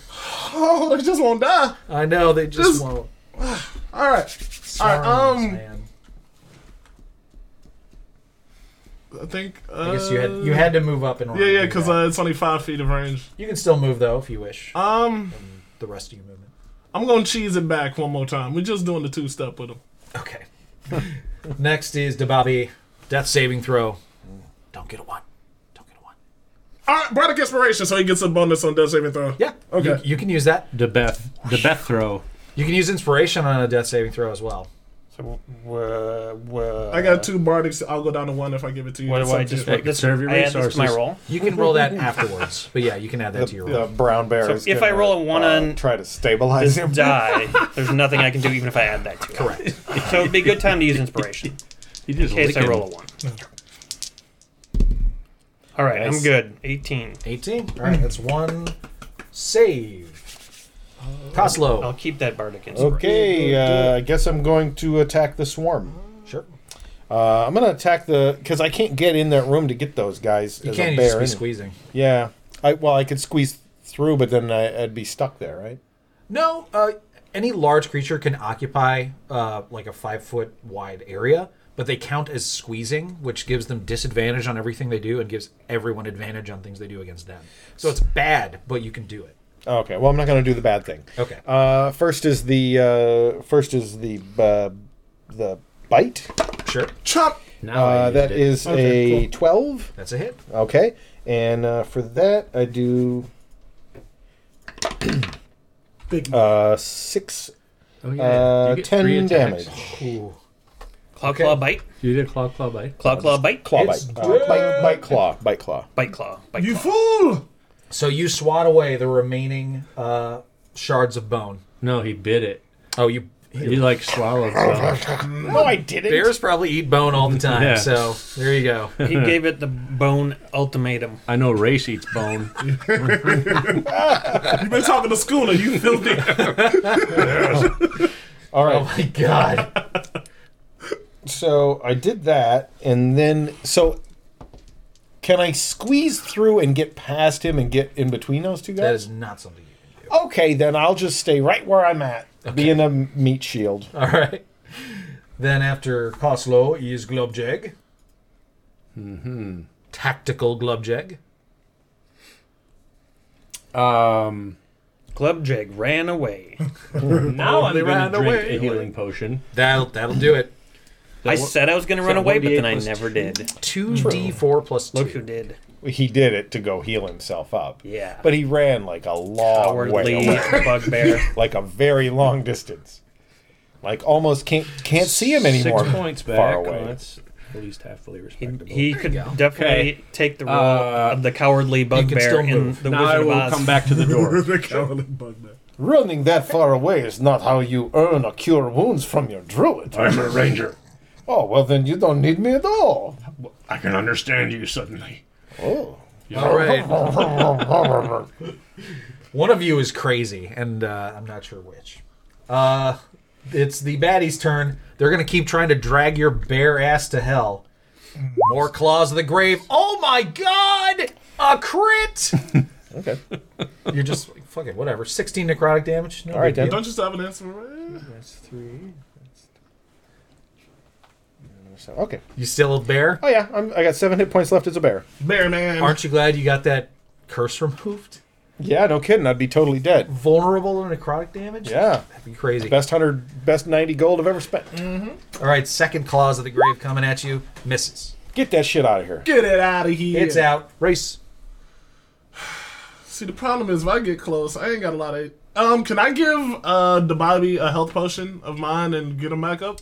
[SPEAKER 5] Oh, they just won't die.
[SPEAKER 2] I know, they just
[SPEAKER 5] Just-
[SPEAKER 2] won't.
[SPEAKER 5] All right.
[SPEAKER 2] Sorry,
[SPEAKER 5] um,
[SPEAKER 2] man.
[SPEAKER 5] I think. Uh,
[SPEAKER 2] I guess you had you had to move up and
[SPEAKER 5] Yeah, yeah, because uh, it's only five feet of range.
[SPEAKER 2] you can still move though if you wish.
[SPEAKER 5] Um,
[SPEAKER 2] the rest of your movement.
[SPEAKER 5] I'm gonna cheese it back one more time. We're just doing the two step with him.
[SPEAKER 2] Okay. Next is Dababi. Death saving throw. Don't get a one. Don't get a one.
[SPEAKER 5] All right, bardic inspiration, so he gets a bonus on death saving throw.
[SPEAKER 2] Yeah.
[SPEAKER 5] Okay.
[SPEAKER 2] You, you can use that.
[SPEAKER 6] The Beth. The Beth throw.
[SPEAKER 2] You can use inspiration on a death saving throw as well.
[SPEAKER 3] So uh, uh,
[SPEAKER 5] I got two bardics. I'll go down to one if I give it to you.
[SPEAKER 3] What
[SPEAKER 5] It's
[SPEAKER 3] do I
[SPEAKER 5] up to
[SPEAKER 3] just?
[SPEAKER 5] you.
[SPEAKER 6] Hey,
[SPEAKER 3] This,
[SPEAKER 6] conserve your
[SPEAKER 3] I add this to my
[SPEAKER 6] resources.
[SPEAKER 3] roll.
[SPEAKER 2] You can roll that afterwards. But yeah, you can add that to your roll.
[SPEAKER 4] The brown bear
[SPEAKER 3] So
[SPEAKER 4] is
[SPEAKER 3] if I
[SPEAKER 4] gonna,
[SPEAKER 3] roll a one
[SPEAKER 4] uh,
[SPEAKER 3] on
[SPEAKER 4] try to stabilize
[SPEAKER 3] This
[SPEAKER 4] him.
[SPEAKER 3] die. There's nothing I can do even if I add that to it.
[SPEAKER 2] Correct.
[SPEAKER 3] So it'd be a good time to use inspiration
[SPEAKER 6] You just
[SPEAKER 3] in case I
[SPEAKER 6] licking.
[SPEAKER 3] roll a one. All right, I'm
[SPEAKER 4] Nice.
[SPEAKER 3] good. 18.
[SPEAKER 2] 18. All right, that's one save.
[SPEAKER 3] I'll
[SPEAKER 2] Coslow.
[SPEAKER 3] keep that bardic inspiration.
[SPEAKER 4] Okay, uh, I guess I'm going to attack the swarm.
[SPEAKER 2] Sure.
[SPEAKER 4] Uh, I'm going to attack the because I can't get in that room to get those guys.
[SPEAKER 2] You
[SPEAKER 4] as
[SPEAKER 2] can
[SPEAKER 4] a
[SPEAKER 2] you
[SPEAKER 4] bear
[SPEAKER 2] just be
[SPEAKER 4] anyway.
[SPEAKER 2] squeezing.
[SPEAKER 4] Yeah. I well, I could squeeze through, but then I, I'd be stuck there, right?
[SPEAKER 2] No, uh, any large creature can occupy uh, like a five foot wide area, but they count as squeezing, which gives them disadvantage on everything they do and gives everyone advantage on things they do against them. So it's bad, but you can do it.
[SPEAKER 4] Okay. Well, I'm not going to do the bad thing.
[SPEAKER 2] Okay.
[SPEAKER 4] Uh, first is the uh, first is the uh, the bite.
[SPEAKER 2] Sure.
[SPEAKER 5] Chop.
[SPEAKER 6] Now Oh, I
[SPEAKER 4] Uh,
[SPEAKER 6] used
[SPEAKER 4] that
[SPEAKER 6] it.
[SPEAKER 4] is
[SPEAKER 5] Okay,
[SPEAKER 4] a twelve.
[SPEAKER 2] That's a hit.
[SPEAKER 4] Okay, and uh, for that I do
[SPEAKER 5] Big
[SPEAKER 4] uh, six.
[SPEAKER 6] Oh, yeah.
[SPEAKER 4] Uh,
[SPEAKER 6] You get
[SPEAKER 4] ten
[SPEAKER 6] three attacks.
[SPEAKER 4] damage.
[SPEAKER 2] Ooh.
[SPEAKER 3] Claw, claw, bite.
[SPEAKER 6] You did claw claw bite.
[SPEAKER 3] Claw, claw, bite.
[SPEAKER 4] Claw
[SPEAKER 2] It's
[SPEAKER 4] bite. Uh, bite. Bite claw. Bite claw.
[SPEAKER 3] Bite, claw. Bite,
[SPEAKER 5] You
[SPEAKER 3] claw.
[SPEAKER 5] fool!
[SPEAKER 2] So you swat away the remaining uh, shards of bone.
[SPEAKER 6] No, he bit it.
[SPEAKER 2] Oh, you.
[SPEAKER 6] He like swallowed. bone.
[SPEAKER 4] No, I didn't.
[SPEAKER 2] Bears probably eat bone all the time,
[SPEAKER 6] Yeah.
[SPEAKER 2] so there you go.
[SPEAKER 3] He gave it the bone ultimatum.
[SPEAKER 6] I know race eats bone.
[SPEAKER 5] You've been talking to schooler. You filthy.
[SPEAKER 4] All right.
[SPEAKER 2] Oh my god.
[SPEAKER 4] So I did that, and then so can I squeeze through and get past him and get in between those two
[SPEAKER 2] That
[SPEAKER 4] guys?
[SPEAKER 2] is not something you can do.
[SPEAKER 4] okay, then I'll just stay right where I'm at, be in a meat shield.
[SPEAKER 2] All right. Then after Coslow is Globjeg. Mm-hmm. Tactical Globjeg.
[SPEAKER 6] Um,
[SPEAKER 3] Club jig ran away.
[SPEAKER 6] now I'm
[SPEAKER 2] they
[SPEAKER 6] gonna
[SPEAKER 2] ran
[SPEAKER 6] drink
[SPEAKER 2] away.
[SPEAKER 6] a healing potion.
[SPEAKER 2] That'll that'll do it.
[SPEAKER 3] I said I was going to run
[SPEAKER 6] that
[SPEAKER 3] away, but
[SPEAKER 6] 1d8
[SPEAKER 3] then I
[SPEAKER 6] plus
[SPEAKER 3] never did.
[SPEAKER 2] Two D four plus
[SPEAKER 3] Look who
[SPEAKER 2] two.
[SPEAKER 3] did.
[SPEAKER 4] He did it to go heal himself up.
[SPEAKER 3] Yeah.
[SPEAKER 4] But he ran like a long way,
[SPEAKER 3] Cowardly
[SPEAKER 4] away,
[SPEAKER 3] bugbear.
[SPEAKER 4] like a very long distance. Like almost can't can't see him anymore.
[SPEAKER 6] Six points back.
[SPEAKER 4] Far
[SPEAKER 6] Well,
[SPEAKER 4] away.
[SPEAKER 6] that's at least halfully
[SPEAKER 3] He,
[SPEAKER 6] respectable.
[SPEAKER 3] he could definitely take the role
[SPEAKER 6] Uh,
[SPEAKER 3] of the cowardly bugbear
[SPEAKER 2] still
[SPEAKER 3] in
[SPEAKER 2] move.
[SPEAKER 3] the
[SPEAKER 6] now I
[SPEAKER 3] Wizard of
[SPEAKER 6] will
[SPEAKER 3] Oz.
[SPEAKER 6] come back to the door.
[SPEAKER 5] the cowardly bugbear.
[SPEAKER 4] Running that far away is not how you earn or cure wounds from your druid.
[SPEAKER 7] I'm a ranger.
[SPEAKER 4] Oh, well, then you don't need me at all.
[SPEAKER 7] I can understand you suddenly.
[SPEAKER 4] Oh.
[SPEAKER 2] All right. One of you is crazy, and uh, I'm not sure which. Uh, it's the baddies' turn. They're gonna keep trying to drag your bare ass to hell. More claws of the grave. Oh my god! A crit.
[SPEAKER 4] Okay.
[SPEAKER 2] You're just like, fuck it, whatever. 16 necrotic damage. No
[SPEAKER 4] All right,
[SPEAKER 2] big
[SPEAKER 4] then.
[SPEAKER 2] deal.
[SPEAKER 5] Don't you still have an answer? Eh,
[SPEAKER 4] That's three. That's two. Okay.
[SPEAKER 2] You still a bear?
[SPEAKER 4] Oh yeah, I'm, I got seven hit points left as a bear.
[SPEAKER 5] Bear man.
[SPEAKER 2] Aren't you glad you got that curse removed?
[SPEAKER 4] Yeah, no kidding. I'd be totally dead.
[SPEAKER 2] Vulnerable to necrotic damage.
[SPEAKER 4] Yeah,
[SPEAKER 2] That'd be crazy.
[SPEAKER 4] best hundred, best ninety gold I've ever spent.
[SPEAKER 2] All right, second claws of the grave coming at you. Misses.
[SPEAKER 4] Get that shit out of here.
[SPEAKER 5] Get it out of here.
[SPEAKER 2] It's out. Race.
[SPEAKER 5] See, the problem is if I get close, I ain't got a lot of. Um, can I give uh the Bobby a health potion of mine and get him back up?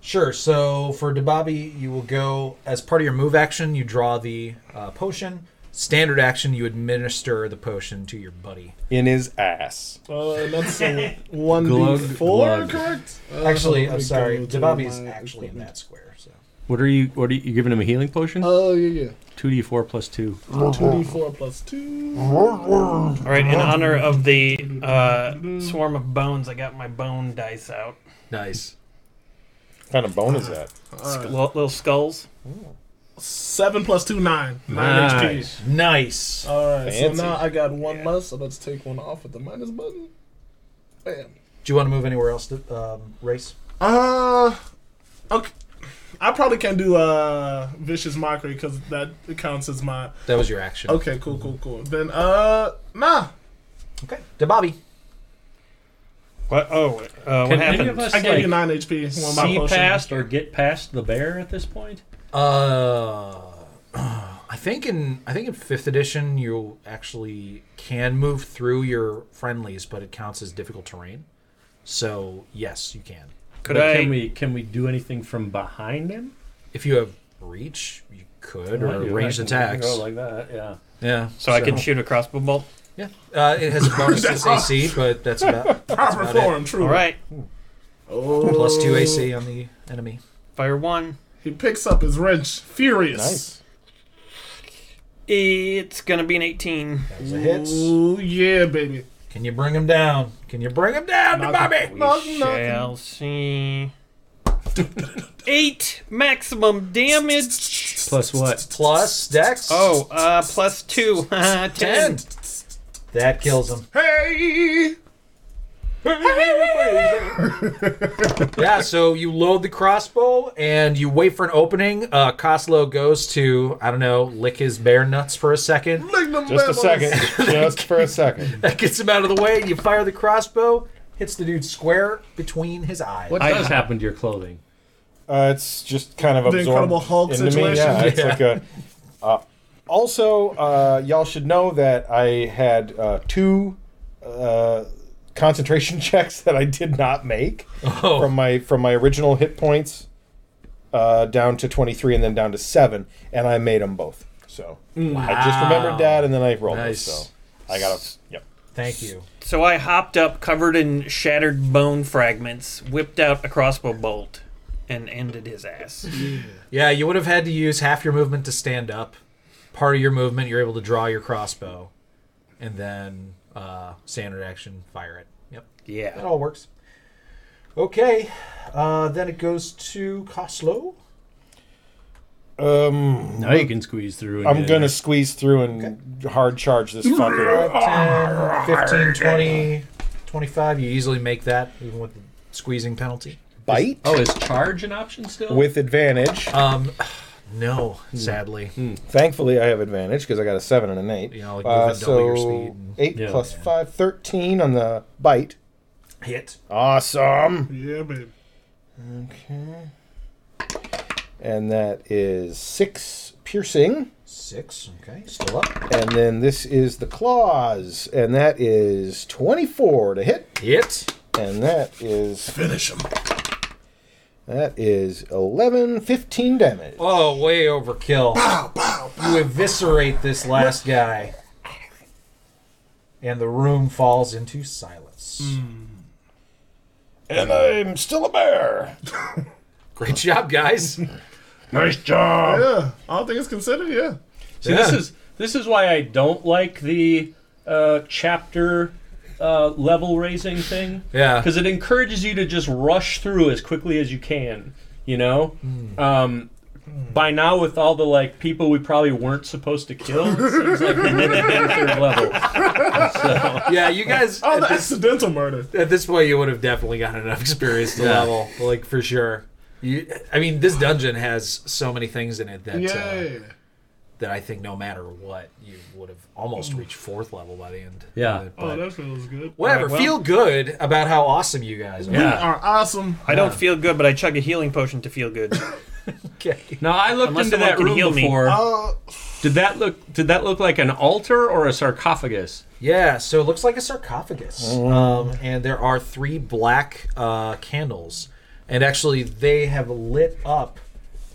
[SPEAKER 2] Sure. So for Dababi, you will go as part of your move action. You draw the uh, potion. Standard action, you administer the potion to your buddy.
[SPEAKER 4] In his ass.
[SPEAKER 5] Uh, and that's a
[SPEAKER 4] One
[SPEAKER 6] Glug,
[SPEAKER 5] four,
[SPEAKER 6] glug.
[SPEAKER 5] correct? Uh,
[SPEAKER 2] Actually,
[SPEAKER 5] let
[SPEAKER 2] I'm
[SPEAKER 5] me
[SPEAKER 2] sorry.
[SPEAKER 5] go to
[SPEAKER 2] Dababi is
[SPEAKER 5] my
[SPEAKER 2] actually in
[SPEAKER 5] equipment.
[SPEAKER 2] that square. So
[SPEAKER 6] What are you? What are you, you giving him a healing potion?
[SPEAKER 5] Oh yeah, yeah.
[SPEAKER 6] Two d four plus two.
[SPEAKER 5] Two
[SPEAKER 2] Uh-huh.
[SPEAKER 5] D four plus two.
[SPEAKER 3] All right, in honor of the uh, swarm of bones, I got my bone dice out.
[SPEAKER 2] nice.
[SPEAKER 4] What kind of bone is that?
[SPEAKER 3] Sk- li- little skulls.
[SPEAKER 5] Seven plus two, nine. Nine HP.
[SPEAKER 6] Nice.
[SPEAKER 2] Nice.
[SPEAKER 5] All right,
[SPEAKER 4] Fancy.
[SPEAKER 5] so now I got one less. So let's take one off with the minus button. Bam.
[SPEAKER 2] Do you want to move anywhere else? To, um, race.
[SPEAKER 5] Uh, okay. I probably can't do uh vicious mockery because that counts as my.
[SPEAKER 2] That was your action.
[SPEAKER 5] Okay, cool, cool, cool. Then uh, nah.
[SPEAKER 2] Okay. Dababi.
[SPEAKER 3] What? Oh, uh, what
[SPEAKER 6] Can any of
[SPEAKER 3] happened?
[SPEAKER 6] us
[SPEAKER 5] I gave
[SPEAKER 6] like,
[SPEAKER 5] you nine HP. One by
[SPEAKER 6] see
[SPEAKER 5] potion.
[SPEAKER 6] past or get past the bear at this point?
[SPEAKER 2] Uh, I think in I think in fifth edition you actually can move through your friendlies, but it counts as difficult terrain. So yes, you can.
[SPEAKER 3] Could I?
[SPEAKER 6] But Can we? Can we do anything from behind him?
[SPEAKER 2] If you have reach, you could
[SPEAKER 6] I
[SPEAKER 2] or
[SPEAKER 6] do.
[SPEAKER 2] ranged
[SPEAKER 6] I can- I can
[SPEAKER 2] attacks.
[SPEAKER 6] Go like that. Yeah.
[SPEAKER 2] yeah.
[SPEAKER 3] so I can shoot a crossbow bolt.
[SPEAKER 2] Yeah. Uh, it has a bonus to its AC, but that's about
[SPEAKER 5] proper
[SPEAKER 2] about
[SPEAKER 5] form. True.
[SPEAKER 3] All right,
[SPEAKER 5] Oh.
[SPEAKER 2] plus two AC on the enemy.
[SPEAKER 3] fire one.
[SPEAKER 5] He picks up his wrench, furious.
[SPEAKER 4] Nice.
[SPEAKER 3] It's gonna be an 18.
[SPEAKER 2] There's the hits.
[SPEAKER 5] Ooh yeah, baby.
[SPEAKER 2] Can you bring him down? Can you bring him down,
[SPEAKER 5] Knock
[SPEAKER 2] Bobby?
[SPEAKER 5] him. Knock,
[SPEAKER 3] We
[SPEAKER 5] knock him.
[SPEAKER 3] shall see. Eight maximum damage.
[SPEAKER 6] Plus what?
[SPEAKER 2] Plus Dex.
[SPEAKER 3] Oh, uh, plus two. Ten.
[SPEAKER 2] ten. That kills him.
[SPEAKER 5] Hey.
[SPEAKER 2] Yeah, so you load the crossbow and you wait for an opening. Uh, Coslow goes to, I don't know, lick his bear nuts for a second.
[SPEAKER 5] Lick them
[SPEAKER 4] Just a
[SPEAKER 5] levels.
[SPEAKER 4] second. Just for a second.
[SPEAKER 2] That gets him out of the way. You fire the crossbow, hits the dude square between his eyes.
[SPEAKER 6] What
[SPEAKER 3] I-
[SPEAKER 6] does happen to your clothing?
[SPEAKER 4] Uh, it's just kind of absorbed
[SPEAKER 5] Incredible Hulk
[SPEAKER 4] into me.
[SPEAKER 5] situation.
[SPEAKER 4] Yeah, it's
[SPEAKER 2] Yeah.
[SPEAKER 4] like a. Uh, also, uh, y'all should know that I had uh, two uh, concentration checks that I did not make
[SPEAKER 2] Oh.
[SPEAKER 4] from my from my original hit points uh, down to twenty three and then down to seven, and I made them both. So I just remembered that, and then I rolled.
[SPEAKER 2] Nice.
[SPEAKER 4] It, so I got a yep.
[SPEAKER 2] Thank you.
[SPEAKER 3] So I hopped up, covered in shattered bone fragments, whipped out a crossbow bolt, and ended his ass.
[SPEAKER 2] Yeah, you would have had to use half your movement to stand up. Part of your movement, you're able to draw your crossbow, and then uh, standard action, fire it. Yep, that
[SPEAKER 3] Yeah.
[SPEAKER 2] all works. Okay, uh, then it goes to Coslow.
[SPEAKER 4] Um,
[SPEAKER 6] Now you can squeeze through. And
[SPEAKER 4] I'm
[SPEAKER 6] get-
[SPEAKER 4] gonna squeeze through and hard charge this fucker.
[SPEAKER 2] 10, 15, 20, 25. You easily make that, even with the squeezing penalty.
[SPEAKER 4] Bite
[SPEAKER 6] Oh, is charge an option still?
[SPEAKER 4] with advantage.
[SPEAKER 2] Um, no, sadly.
[SPEAKER 4] Thankfully, I have advantage because I got a 7 and an 8.
[SPEAKER 2] Yeah, like
[SPEAKER 4] Uh,
[SPEAKER 2] moving double your
[SPEAKER 4] so
[SPEAKER 2] speed and-
[SPEAKER 4] 8
[SPEAKER 6] Yeah.
[SPEAKER 4] plus 5, 13 on the bite.
[SPEAKER 2] Hit.
[SPEAKER 4] Awesome.
[SPEAKER 5] Yeah, baby.
[SPEAKER 4] Okay. And that is 6 piercing.
[SPEAKER 2] Six. Okay, still up.
[SPEAKER 4] And then this is the claws. And that is 24 to hit.
[SPEAKER 2] Hit.
[SPEAKER 4] And that is
[SPEAKER 5] Finish him.
[SPEAKER 4] That is 11, 15 damage.
[SPEAKER 2] Oh, way overkill.
[SPEAKER 5] Bow, bow, bow.
[SPEAKER 2] You eviscerate this last guy. And the room falls into silence.
[SPEAKER 6] Hmm.
[SPEAKER 5] And I'm still a bear.
[SPEAKER 2] Great job, guys.
[SPEAKER 7] Nice job.
[SPEAKER 5] Yeah, all things considered, yeah.
[SPEAKER 6] See, this is this is why I don't like the uh, chapter uh, level raising thing.
[SPEAKER 2] Yeah.
[SPEAKER 6] because it encourages you to just rush through as quickly as you can. You know, um, by now with all the like people we probably weren't supposed to kill, it seems like we're moving down third level.
[SPEAKER 2] Yeah, you guys.
[SPEAKER 5] Oh, the
[SPEAKER 2] at, this,
[SPEAKER 5] accidental murder.
[SPEAKER 2] at this point, you would have definitely gotten enough experience to level, like for sure. You, I mean, this dungeon has so many things in it that uh,
[SPEAKER 5] Yeah.
[SPEAKER 2] that I think no matter what, you would have almost reached fourth level by the end. of
[SPEAKER 6] Yeah.
[SPEAKER 2] it,
[SPEAKER 5] Oh,
[SPEAKER 2] but-
[SPEAKER 5] that feels good.
[SPEAKER 2] Whatever.
[SPEAKER 3] Alright, well-
[SPEAKER 2] feel good about how awesome you guys are.
[SPEAKER 5] We
[SPEAKER 6] Yeah.
[SPEAKER 5] are awesome.
[SPEAKER 3] I don't feel good, but I chug a healing potion to feel good.
[SPEAKER 2] Okay.
[SPEAKER 6] Now I looked
[SPEAKER 3] Unless
[SPEAKER 6] into
[SPEAKER 3] someone
[SPEAKER 6] that
[SPEAKER 3] can
[SPEAKER 6] room
[SPEAKER 3] heal me.
[SPEAKER 6] before.
[SPEAKER 5] Uh,
[SPEAKER 6] Did that look? Did that look like an altar or a sarcophagus?
[SPEAKER 2] Yeah, so it looks like a sarcophagus. Um, and there are three black uh, candles. And actually, they have lit up.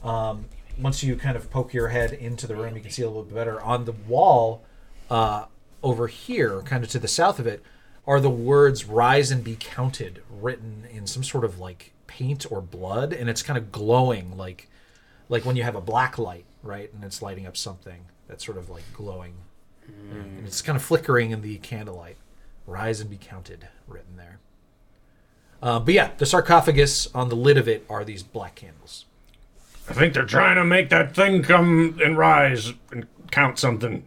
[SPEAKER 2] Um, once you kind of poke your head into the room, you can see a little bit better. On the wall uh, over here, kind of to the south of it, are the words rise and be counted written in some sort of like paint or blood. And it's kind of glowing like like when you have a black light, right? And it's lighting up something that's sort of like glowing. And it's kind of flickering in the candlelight. Rise and be counted, written there. Uh, but yeah, the sarcophagus on the lid of it are these black candles.
[SPEAKER 7] I think they're trying to make that thing come and rise and count something.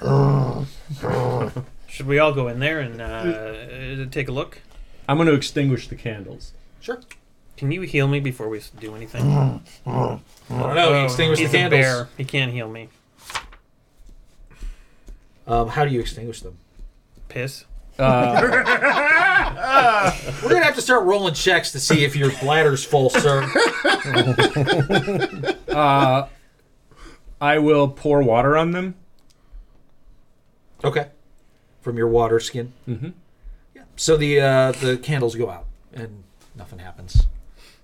[SPEAKER 3] Should we all go in there and uh, uh, take a look?
[SPEAKER 6] I'm going to extinguish the candles.
[SPEAKER 2] Sure.
[SPEAKER 3] Can you heal me before we s- do anything?
[SPEAKER 2] I don't know. You
[SPEAKER 3] Oh,
[SPEAKER 2] extinguish the
[SPEAKER 3] he's a
[SPEAKER 2] candles.
[SPEAKER 3] bear. He can't heal me.
[SPEAKER 2] Um, how do you extinguish them?
[SPEAKER 3] Piss.
[SPEAKER 6] Uh,
[SPEAKER 2] We're gonna have to start rolling checks to see if your bladder's full, sir.
[SPEAKER 6] I will pour water on them.
[SPEAKER 2] Okay. From your water skin. Mm-hmm. Yeah. So the uh, the candles go out and nothing happens,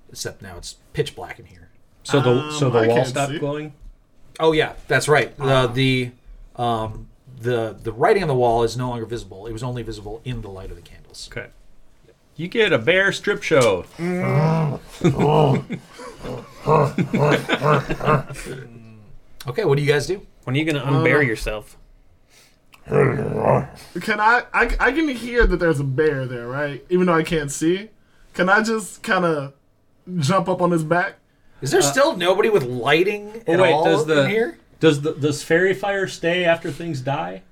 [SPEAKER 2] except now it's pitch black in here.
[SPEAKER 6] So the so the
[SPEAKER 5] Um, I
[SPEAKER 6] wall
[SPEAKER 5] can't
[SPEAKER 6] stopped
[SPEAKER 5] see.
[SPEAKER 6] glowing.
[SPEAKER 2] Oh yeah, that's right.
[SPEAKER 6] Uh-huh.
[SPEAKER 2] Uh, the um, the the writing on the wall is no longer visible. It was only visible in the light of the candles.
[SPEAKER 6] Okay. You get a bear strip show.
[SPEAKER 2] Okay, what do you guys do?
[SPEAKER 3] When are you gonna unbear yourself?
[SPEAKER 5] Can I, I? I can hear that there's a bear there, right? Even though I can't see. Can I just kind of jump up on his back?
[SPEAKER 2] Is there still nobody with lighting at
[SPEAKER 6] Uh, oh, wait,
[SPEAKER 2] all
[SPEAKER 6] does the-
[SPEAKER 2] in here?
[SPEAKER 6] Does the does fairy fire stay after things die?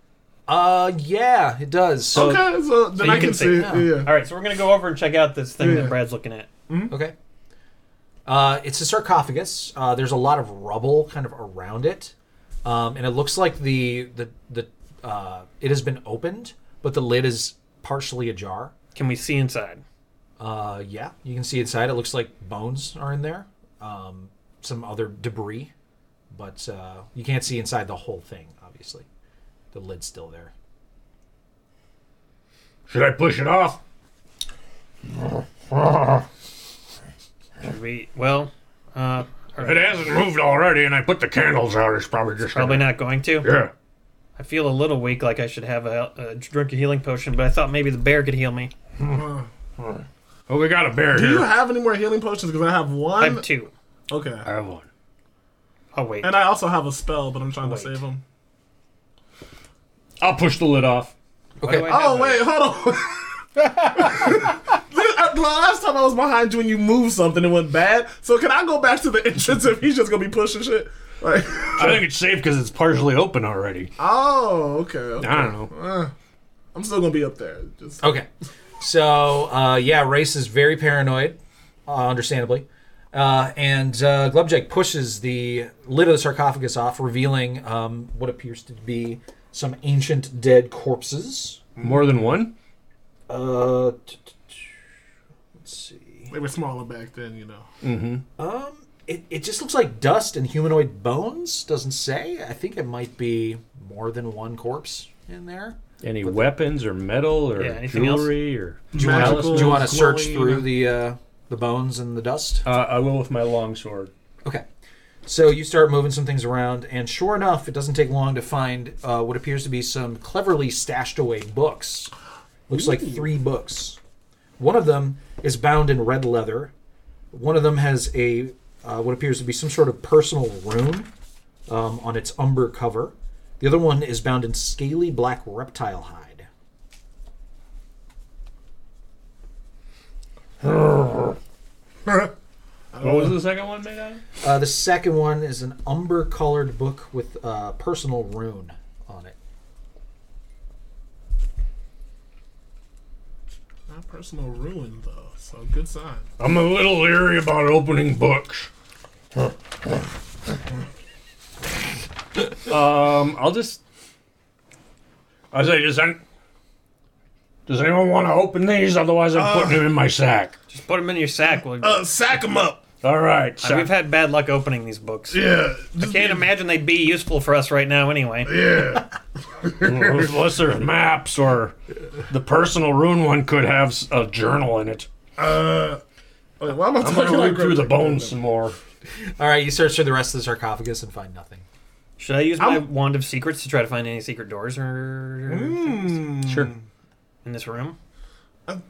[SPEAKER 2] Uh, yeah, it does. Uh, So
[SPEAKER 5] Okay, so then
[SPEAKER 3] you
[SPEAKER 5] I can,
[SPEAKER 3] can
[SPEAKER 5] see.
[SPEAKER 3] see-
[SPEAKER 5] it, Yeah.
[SPEAKER 3] All right, so we're gonna go over and check out this thing
[SPEAKER 5] Yeah.
[SPEAKER 3] that Brad's looking at.
[SPEAKER 2] okay. Uh, it's a sarcophagus. Uh, there's a lot of rubble kind of around it, um, and it looks like the the the uh, it has been opened, but the lid is partially ajar.
[SPEAKER 3] Can we see inside?
[SPEAKER 2] Uh, yeah, you can see inside. It looks like bones are in there, um, some other debris, but uh, you can't see inside the whole thing. Obviously, the lid's still there.
[SPEAKER 7] Should I push it off?
[SPEAKER 3] Should we? Well, uh, all
[SPEAKER 7] It
[SPEAKER 3] right.
[SPEAKER 7] hasn't moved already, and I put the candles out. It's probably just
[SPEAKER 3] Probably
[SPEAKER 7] gonna-
[SPEAKER 3] not going to.
[SPEAKER 7] Yeah.
[SPEAKER 3] I feel a little weak, like I should have a, a drink a healing potion, but I thought maybe the bear could heal me.
[SPEAKER 7] Well, we got a bear
[SPEAKER 5] Do you
[SPEAKER 7] here.
[SPEAKER 5] have any more healing potions? Because I have
[SPEAKER 3] I
[SPEAKER 5] one.
[SPEAKER 3] have two.
[SPEAKER 5] okay.
[SPEAKER 7] I have one.
[SPEAKER 3] Oh wait,
[SPEAKER 5] And I also have a spell, but I'm trying to save him.
[SPEAKER 7] I'll push the lid off.
[SPEAKER 3] okay.
[SPEAKER 5] Oh wait, hold on. uh, The- The last time I was behind you and you moved something, it went bad. So can I go back to the entrance if he's just gonna be pushing shit? Like,
[SPEAKER 7] I think it's safe because it's partially open already.
[SPEAKER 5] oh, okay. okay.
[SPEAKER 7] I don't know.
[SPEAKER 5] I'm still gonna be up there. Just
[SPEAKER 2] Okay, so uh, yeah, race is very paranoid, uh, understandably, uh, and uh, Glubjake pushes the lid of the sarcophagus off, revealing um, what appears to be some ancient dead corpses.
[SPEAKER 6] More than one?
[SPEAKER 2] Uh, t- t- t- let's see.
[SPEAKER 5] they were smaller back then, you know.
[SPEAKER 2] Um, it, it just looks like dust and humanoid bones. Doesn't say. I think it might be more than one corpse in there.
[SPEAKER 6] Any weapons or metal or
[SPEAKER 3] Yeah, anything else?
[SPEAKER 6] jewelry or
[SPEAKER 2] Do you wanna-
[SPEAKER 5] Magical,
[SPEAKER 2] do you want to search
[SPEAKER 5] glowing-
[SPEAKER 2] through the? Uh, The bones and the dust.
[SPEAKER 6] Uh, I will with my long sword.
[SPEAKER 2] Okay. So you start moving some things around, and sure enough, it doesn't take long to find uh, what appears to be some cleverly stashed away books. Looks like three books. One of them is bound in red leather. One of them has a uh, what appears to be some sort of personal rune um, on its umber cover. The other one is bound in scaly black reptile hide.
[SPEAKER 6] What was the second one made out of?
[SPEAKER 2] Uh, the second one is an umber colored book with a uh, personal rune on it.
[SPEAKER 5] My personal ruin, though, so good sign.
[SPEAKER 7] I'm a little leery about opening books.
[SPEAKER 6] Um, I'll just.
[SPEAKER 7] I say, does, any, does anyone want to open these? Otherwise, I'm putting them in my sack.
[SPEAKER 5] oh.
[SPEAKER 3] Just put them in your sack. We'll,
[SPEAKER 5] Uh, sack them up.
[SPEAKER 7] All right.
[SPEAKER 3] we've
[SPEAKER 7] Sack.
[SPEAKER 3] had bad luck opening these books.
[SPEAKER 5] Yeah.
[SPEAKER 3] I can't imagine they'd be useful for us right now anyway.
[SPEAKER 5] Yeah.
[SPEAKER 7] Unless there's maps or the personal rune one could have s- a journal in it.
[SPEAKER 5] Uh, wait, why am I
[SPEAKER 7] I'm
[SPEAKER 5] talking
[SPEAKER 7] going to
[SPEAKER 5] like
[SPEAKER 7] look through the
[SPEAKER 5] Greg-
[SPEAKER 7] bones some more.
[SPEAKER 2] All right, you search through the rest of the sarcophagus and find nothing.
[SPEAKER 3] Should I use my wand of secrets to try to find any secret doors or
[SPEAKER 5] Mm.
[SPEAKER 2] Hmm.
[SPEAKER 6] Sure.
[SPEAKER 3] in this room?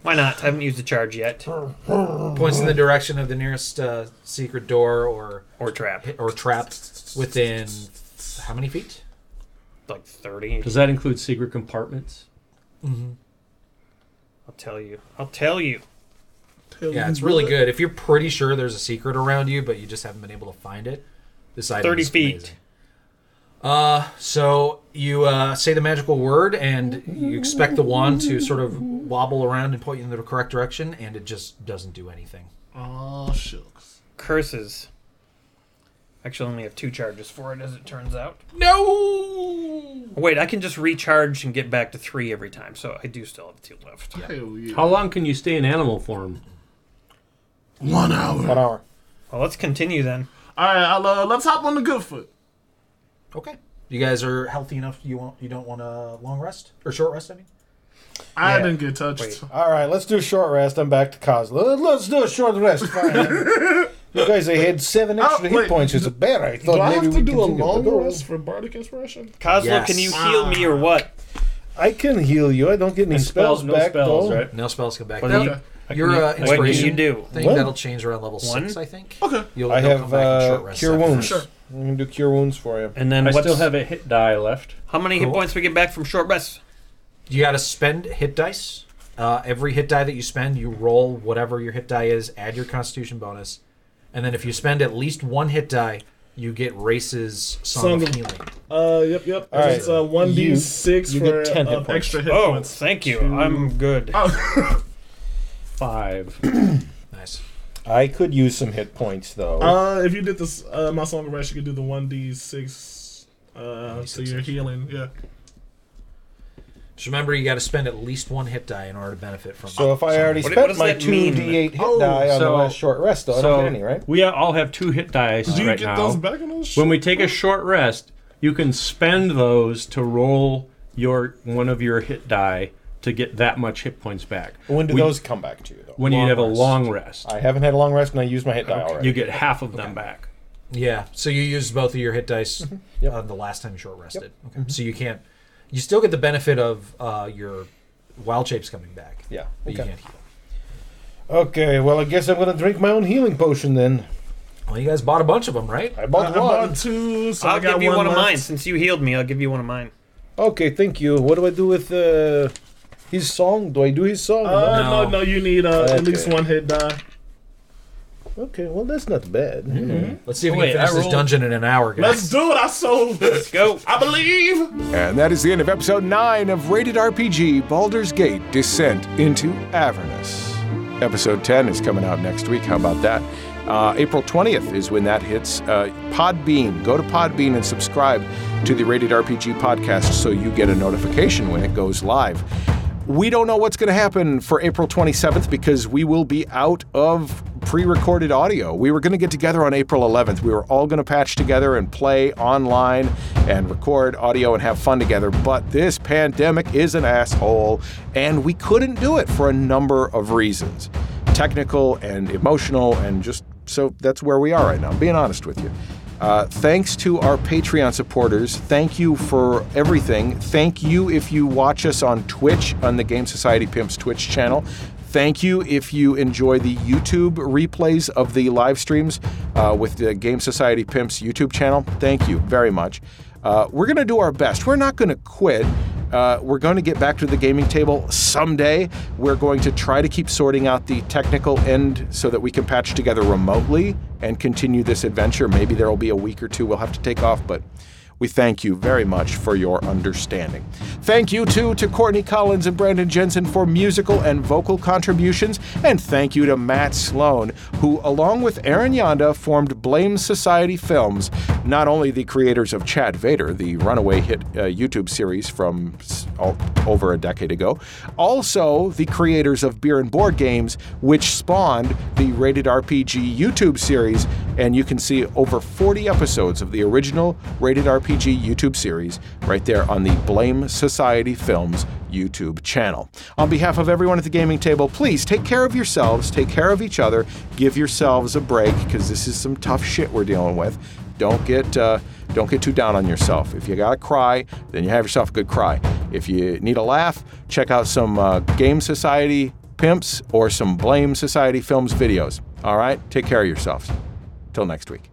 [SPEAKER 3] Why not? I haven't used a charge yet
[SPEAKER 2] Points in the direction of the nearest uh, secret door or
[SPEAKER 3] or trap.
[SPEAKER 2] or trap within how many feet?
[SPEAKER 3] Like thirty.
[SPEAKER 6] Does that include secret compartments?
[SPEAKER 3] I'll tell you. I'll tell you.
[SPEAKER 2] Yeah, it's
[SPEAKER 5] Mm-hmm.
[SPEAKER 2] really good. If you're pretty sure there's a secret around you, but you just haven't been able to find it, this item
[SPEAKER 3] 30
[SPEAKER 2] is
[SPEAKER 3] feet.
[SPEAKER 2] amazing. Uh, so you uh, say the magical word, and you expect the wand to sort of wobble around and point you in the correct direction, and it just doesn't do anything.
[SPEAKER 5] Oh, shucks.
[SPEAKER 3] Curses. Actually, I only have two charges for it, as it turns out.
[SPEAKER 2] No.
[SPEAKER 3] Wait, I can just recharge and get back to three every time, so I do still have two left.
[SPEAKER 5] Hell yeah.
[SPEAKER 6] How long can you stay in animal form?
[SPEAKER 5] One hour.
[SPEAKER 4] One hour.
[SPEAKER 3] Well, let's continue then.
[SPEAKER 5] All right, I'll, uh, let's hop on the good foot.
[SPEAKER 2] Okay. You guys are healthy enough. You won't. You don't want a long rest or short rest. I mean.
[SPEAKER 5] I
[SPEAKER 3] Yeah.
[SPEAKER 5] didn't get touched.
[SPEAKER 3] Wait.
[SPEAKER 4] All right, let's do a short rest. I'm back to Kozla. Let's do a short rest. Fine. you guys, they had seven extra
[SPEAKER 5] Oh,
[SPEAKER 4] hit
[SPEAKER 5] wait.
[SPEAKER 4] points. It's a bad. I thought
[SPEAKER 5] Do I
[SPEAKER 4] maybe
[SPEAKER 5] have to
[SPEAKER 4] we
[SPEAKER 5] do a
[SPEAKER 4] continue, but
[SPEAKER 5] long
[SPEAKER 4] no.
[SPEAKER 5] rest for bardic inspiration?
[SPEAKER 3] Cosmo,
[SPEAKER 2] Yes.
[SPEAKER 3] can you heal me or what?
[SPEAKER 4] I can heal you. I don't get any
[SPEAKER 6] And
[SPEAKER 4] spells,
[SPEAKER 6] spells, no
[SPEAKER 4] back
[SPEAKER 6] spells,
[SPEAKER 4] though.
[SPEAKER 6] right?
[SPEAKER 2] No spells come back.
[SPEAKER 6] Well, then
[SPEAKER 2] Now,
[SPEAKER 5] you-
[SPEAKER 2] your uh,
[SPEAKER 6] you
[SPEAKER 2] inspiration
[SPEAKER 3] do?
[SPEAKER 2] thing
[SPEAKER 4] What?
[SPEAKER 2] that'll change around level six,
[SPEAKER 3] One?
[SPEAKER 2] I think.
[SPEAKER 5] Okay.
[SPEAKER 2] You'll,
[SPEAKER 4] I
[SPEAKER 2] you'll
[SPEAKER 4] have
[SPEAKER 2] come back and short
[SPEAKER 4] uh,
[SPEAKER 2] rest
[SPEAKER 4] cure
[SPEAKER 2] after.
[SPEAKER 4] wounds.
[SPEAKER 5] Sure.
[SPEAKER 4] I'm gonna do cure wounds for you.
[SPEAKER 3] And then
[SPEAKER 6] I
[SPEAKER 3] what's,
[SPEAKER 6] still have a hit die left.
[SPEAKER 3] how many
[SPEAKER 2] Cool.
[SPEAKER 3] hit points we get back from short rest?
[SPEAKER 2] You got to spend hit dice. Uh, every hit die that you spend, you roll whatever your hit die is, add your Constitution bonus, and then if you spend at least one hit die, you get Race's Song,
[SPEAKER 5] Song
[SPEAKER 2] of
[SPEAKER 5] of-
[SPEAKER 2] Healing.
[SPEAKER 5] Uh, yep, yep.
[SPEAKER 4] All
[SPEAKER 5] It's
[SPEAKER 4] right.
[SPEAKER 5] uh, one d six
[SPEAKER 4] You- you
[SPEAKER 5] for
[SPEAKER 4] get 10 hit
[SPEAKER 5] um,
[SPEAKER 4] points.
[SPEAKER 5] extra hit
[SPEAKER 3] Oh,
[SPEAKER 5] points.
[SPEAKER 3] thank you. I'm good.
[SPEAKER 6] Five.
[SPEAKER 2] Nice.
[SPEAKER 4] I could use some hit points though.
[SPEAKER 5] Uh, if you did this, uh, my song of rest, you could do the one d six. Uh, so you're healing. Yeah.
[SPEAKER 2] Just remember, you got to spend at least one hit die in order to benefit from.
[SPEAKER 4] so if I already
[SPEAKER 3] What- what
[SPEAKER 4] spent
[SPEAKER 3] does
[SPEAKER 4] my
[SPEAKER 3] that
[SPEAKER 4] two
[SPEAKER 3] mean?
[SPEAKER 4] d8 hit
[SPEAKER 6] Oh,
[SPEAKER 4] die on the
[SPEAKER 6] so-
[SPEAKER 4] last short rest, though, I don't
[SPEAKER 6] so
[SPEAKER 4] get any, right?
[SPEAKER 6] we all have two hit dice
[SPEAKER 5] Do you
[SPEAKER 6] right
[SPEAKER 5] get
[SPEAKER 6] now.
[SPEAKER 5] those back in those?
[SPEAKER 6] When we take a short rest, you can spend those to roll your one of your hit die to get that much hit points back.
[SPEAKER 4] When do
[SPEAKER 6] We-
[SPEAKER 4] those come back to you though?
[SPEAKER 6] When you
[SPEAKER 2] Long
[SPEAKER 6] have
[SPEAKER 2] rest.
[SPEAKER 6] a long rest,
[SPEAKER 4] I haven't had a long rest and I used my hit die already.
[SPEAKER 6] you get half of them back.
[SPEAKER 2] Yeah. So you used both of your hit dice
[SPEAKER 4] Mm-hmm. Yep. Mm-hmm.
[SPEAKER 2] on the last time you short rested. Okay. So you can't. You still get the benefit of uh, your wild shapes coming back.
[SPEAKER 4] yeah.
[SPEAKER 2] But you
[SPEAKER 4] Okay.
[SPEAKER 2] can't heal.
[SPEAKER 4] Okay. Well, I guess I'm gonna drink my own healing potion then.
[SPEAKER 2] Well, you guys bought a bunch of them, right?
[SPEAKER 4] I
[SPEAKER 5] I,
[SPEAKER 4] bought
[SPEAKER 5] Uh, I
[SPEAKER 4] one.
[SPEAKER 5] bought two, so I
[SPEAKER 3] I'll
[SPEAKER 5] got
[SPEAKER 3] give you one, of
[SPEAKER 5] left.
[SPEAKER 3] mine. Since you healed me, I'll give you one of mine.
[SPEAKER 4] Okay. Thank you. What do I do with uh, his song? Do I do his song?
[SPEAKER 5] Uh, no.
[SPEAKER 2] No.
[SPEAKER 5] no, you need uh, at
[SPEAKER 4] Okay.
[SPEAKER 5] least one hit die.
[SPEAKER 4] No? Okay. Well, that's not bad.
[SPEAKER 2] Let's see if we
[SPEAKER 6] Oh, Wait,
[SPEAKER 2] can finish
[SPEAKER 6] I
[SPEAKER 2] this
[SPEAKER 6] rolled-
[SPEAKER 2] dungeon in an hour, guys.
[SPEAKER 5] Let's do it. I sold. Let's
[SPEAKER 3] go.
[SPEAKER 5] I believe.
[SPEAKER 8] And that is the end of episode 9 of Rated RPG Baldur's Gate Descent into Avernus. Episode 10 is coming out next week. How about that? Uh, April 20th is when that hits. Uh, Podbean. Go to Podbean and subscribe to the Rated RPG podcast so you get a notification when it goes live. We don't know what's going to happen for April 27th because we will be out of pre recorded audio. We were going to get together on April 11th. We were all going to patch together and play online and record audio and have fun together. But this pandemic is an asshole, and we couldn't do it for a number of reasons. technical and emotional, and just so that's where we are right now. I'm being honest with you. Uh, thanks to our Patreon supporters. Thank you for everything. Thank you if you watch us on Twitch, on the Game Society Pimps Twitch channel. Thank you if you enjoy the YouTube replays of the live streams uh, with the Game Society Pimps YouTube channel. Thank you very much. Uh, we're going to do our best. We're not going to quit. Uh, we're going to get back to the gaming table someday. We're going to try to keep sorting out the technical end so that we can patch together remotely and continue this adventure. Maybe there will be a week or two we'll have to take off, but we thank you very much for your understanding. Thank you, too, to Courtney Collins and Brandon Jensen for musical and vocal contributions, and thank you to Matt Sloan, who, along with Aaron Yonda, formed Blame Society Films, not only the creators of Chad Vader, the runaway hit uh, YouTube series from s- o- over a decade ago, also the creators of Beer and Board Games, which spawned the Rated RPG YouTube series, and you can see over 40 episodes of the original Rated RPG YouTube series right there on the Blame Society Films YouTube channel. On behalf of everyone at the gaming table, please take care of yourselves, take care of each other, give yourselves a break because this is some tough shit we're dealing with. Don't get uh, don't get too down on yourself. If you gotta cry, then you have yourself a good cry. If you need a laugh, check out some uh, Game Society pimps or some Blame Society films videos. All right, take care of yourselves. Till next week.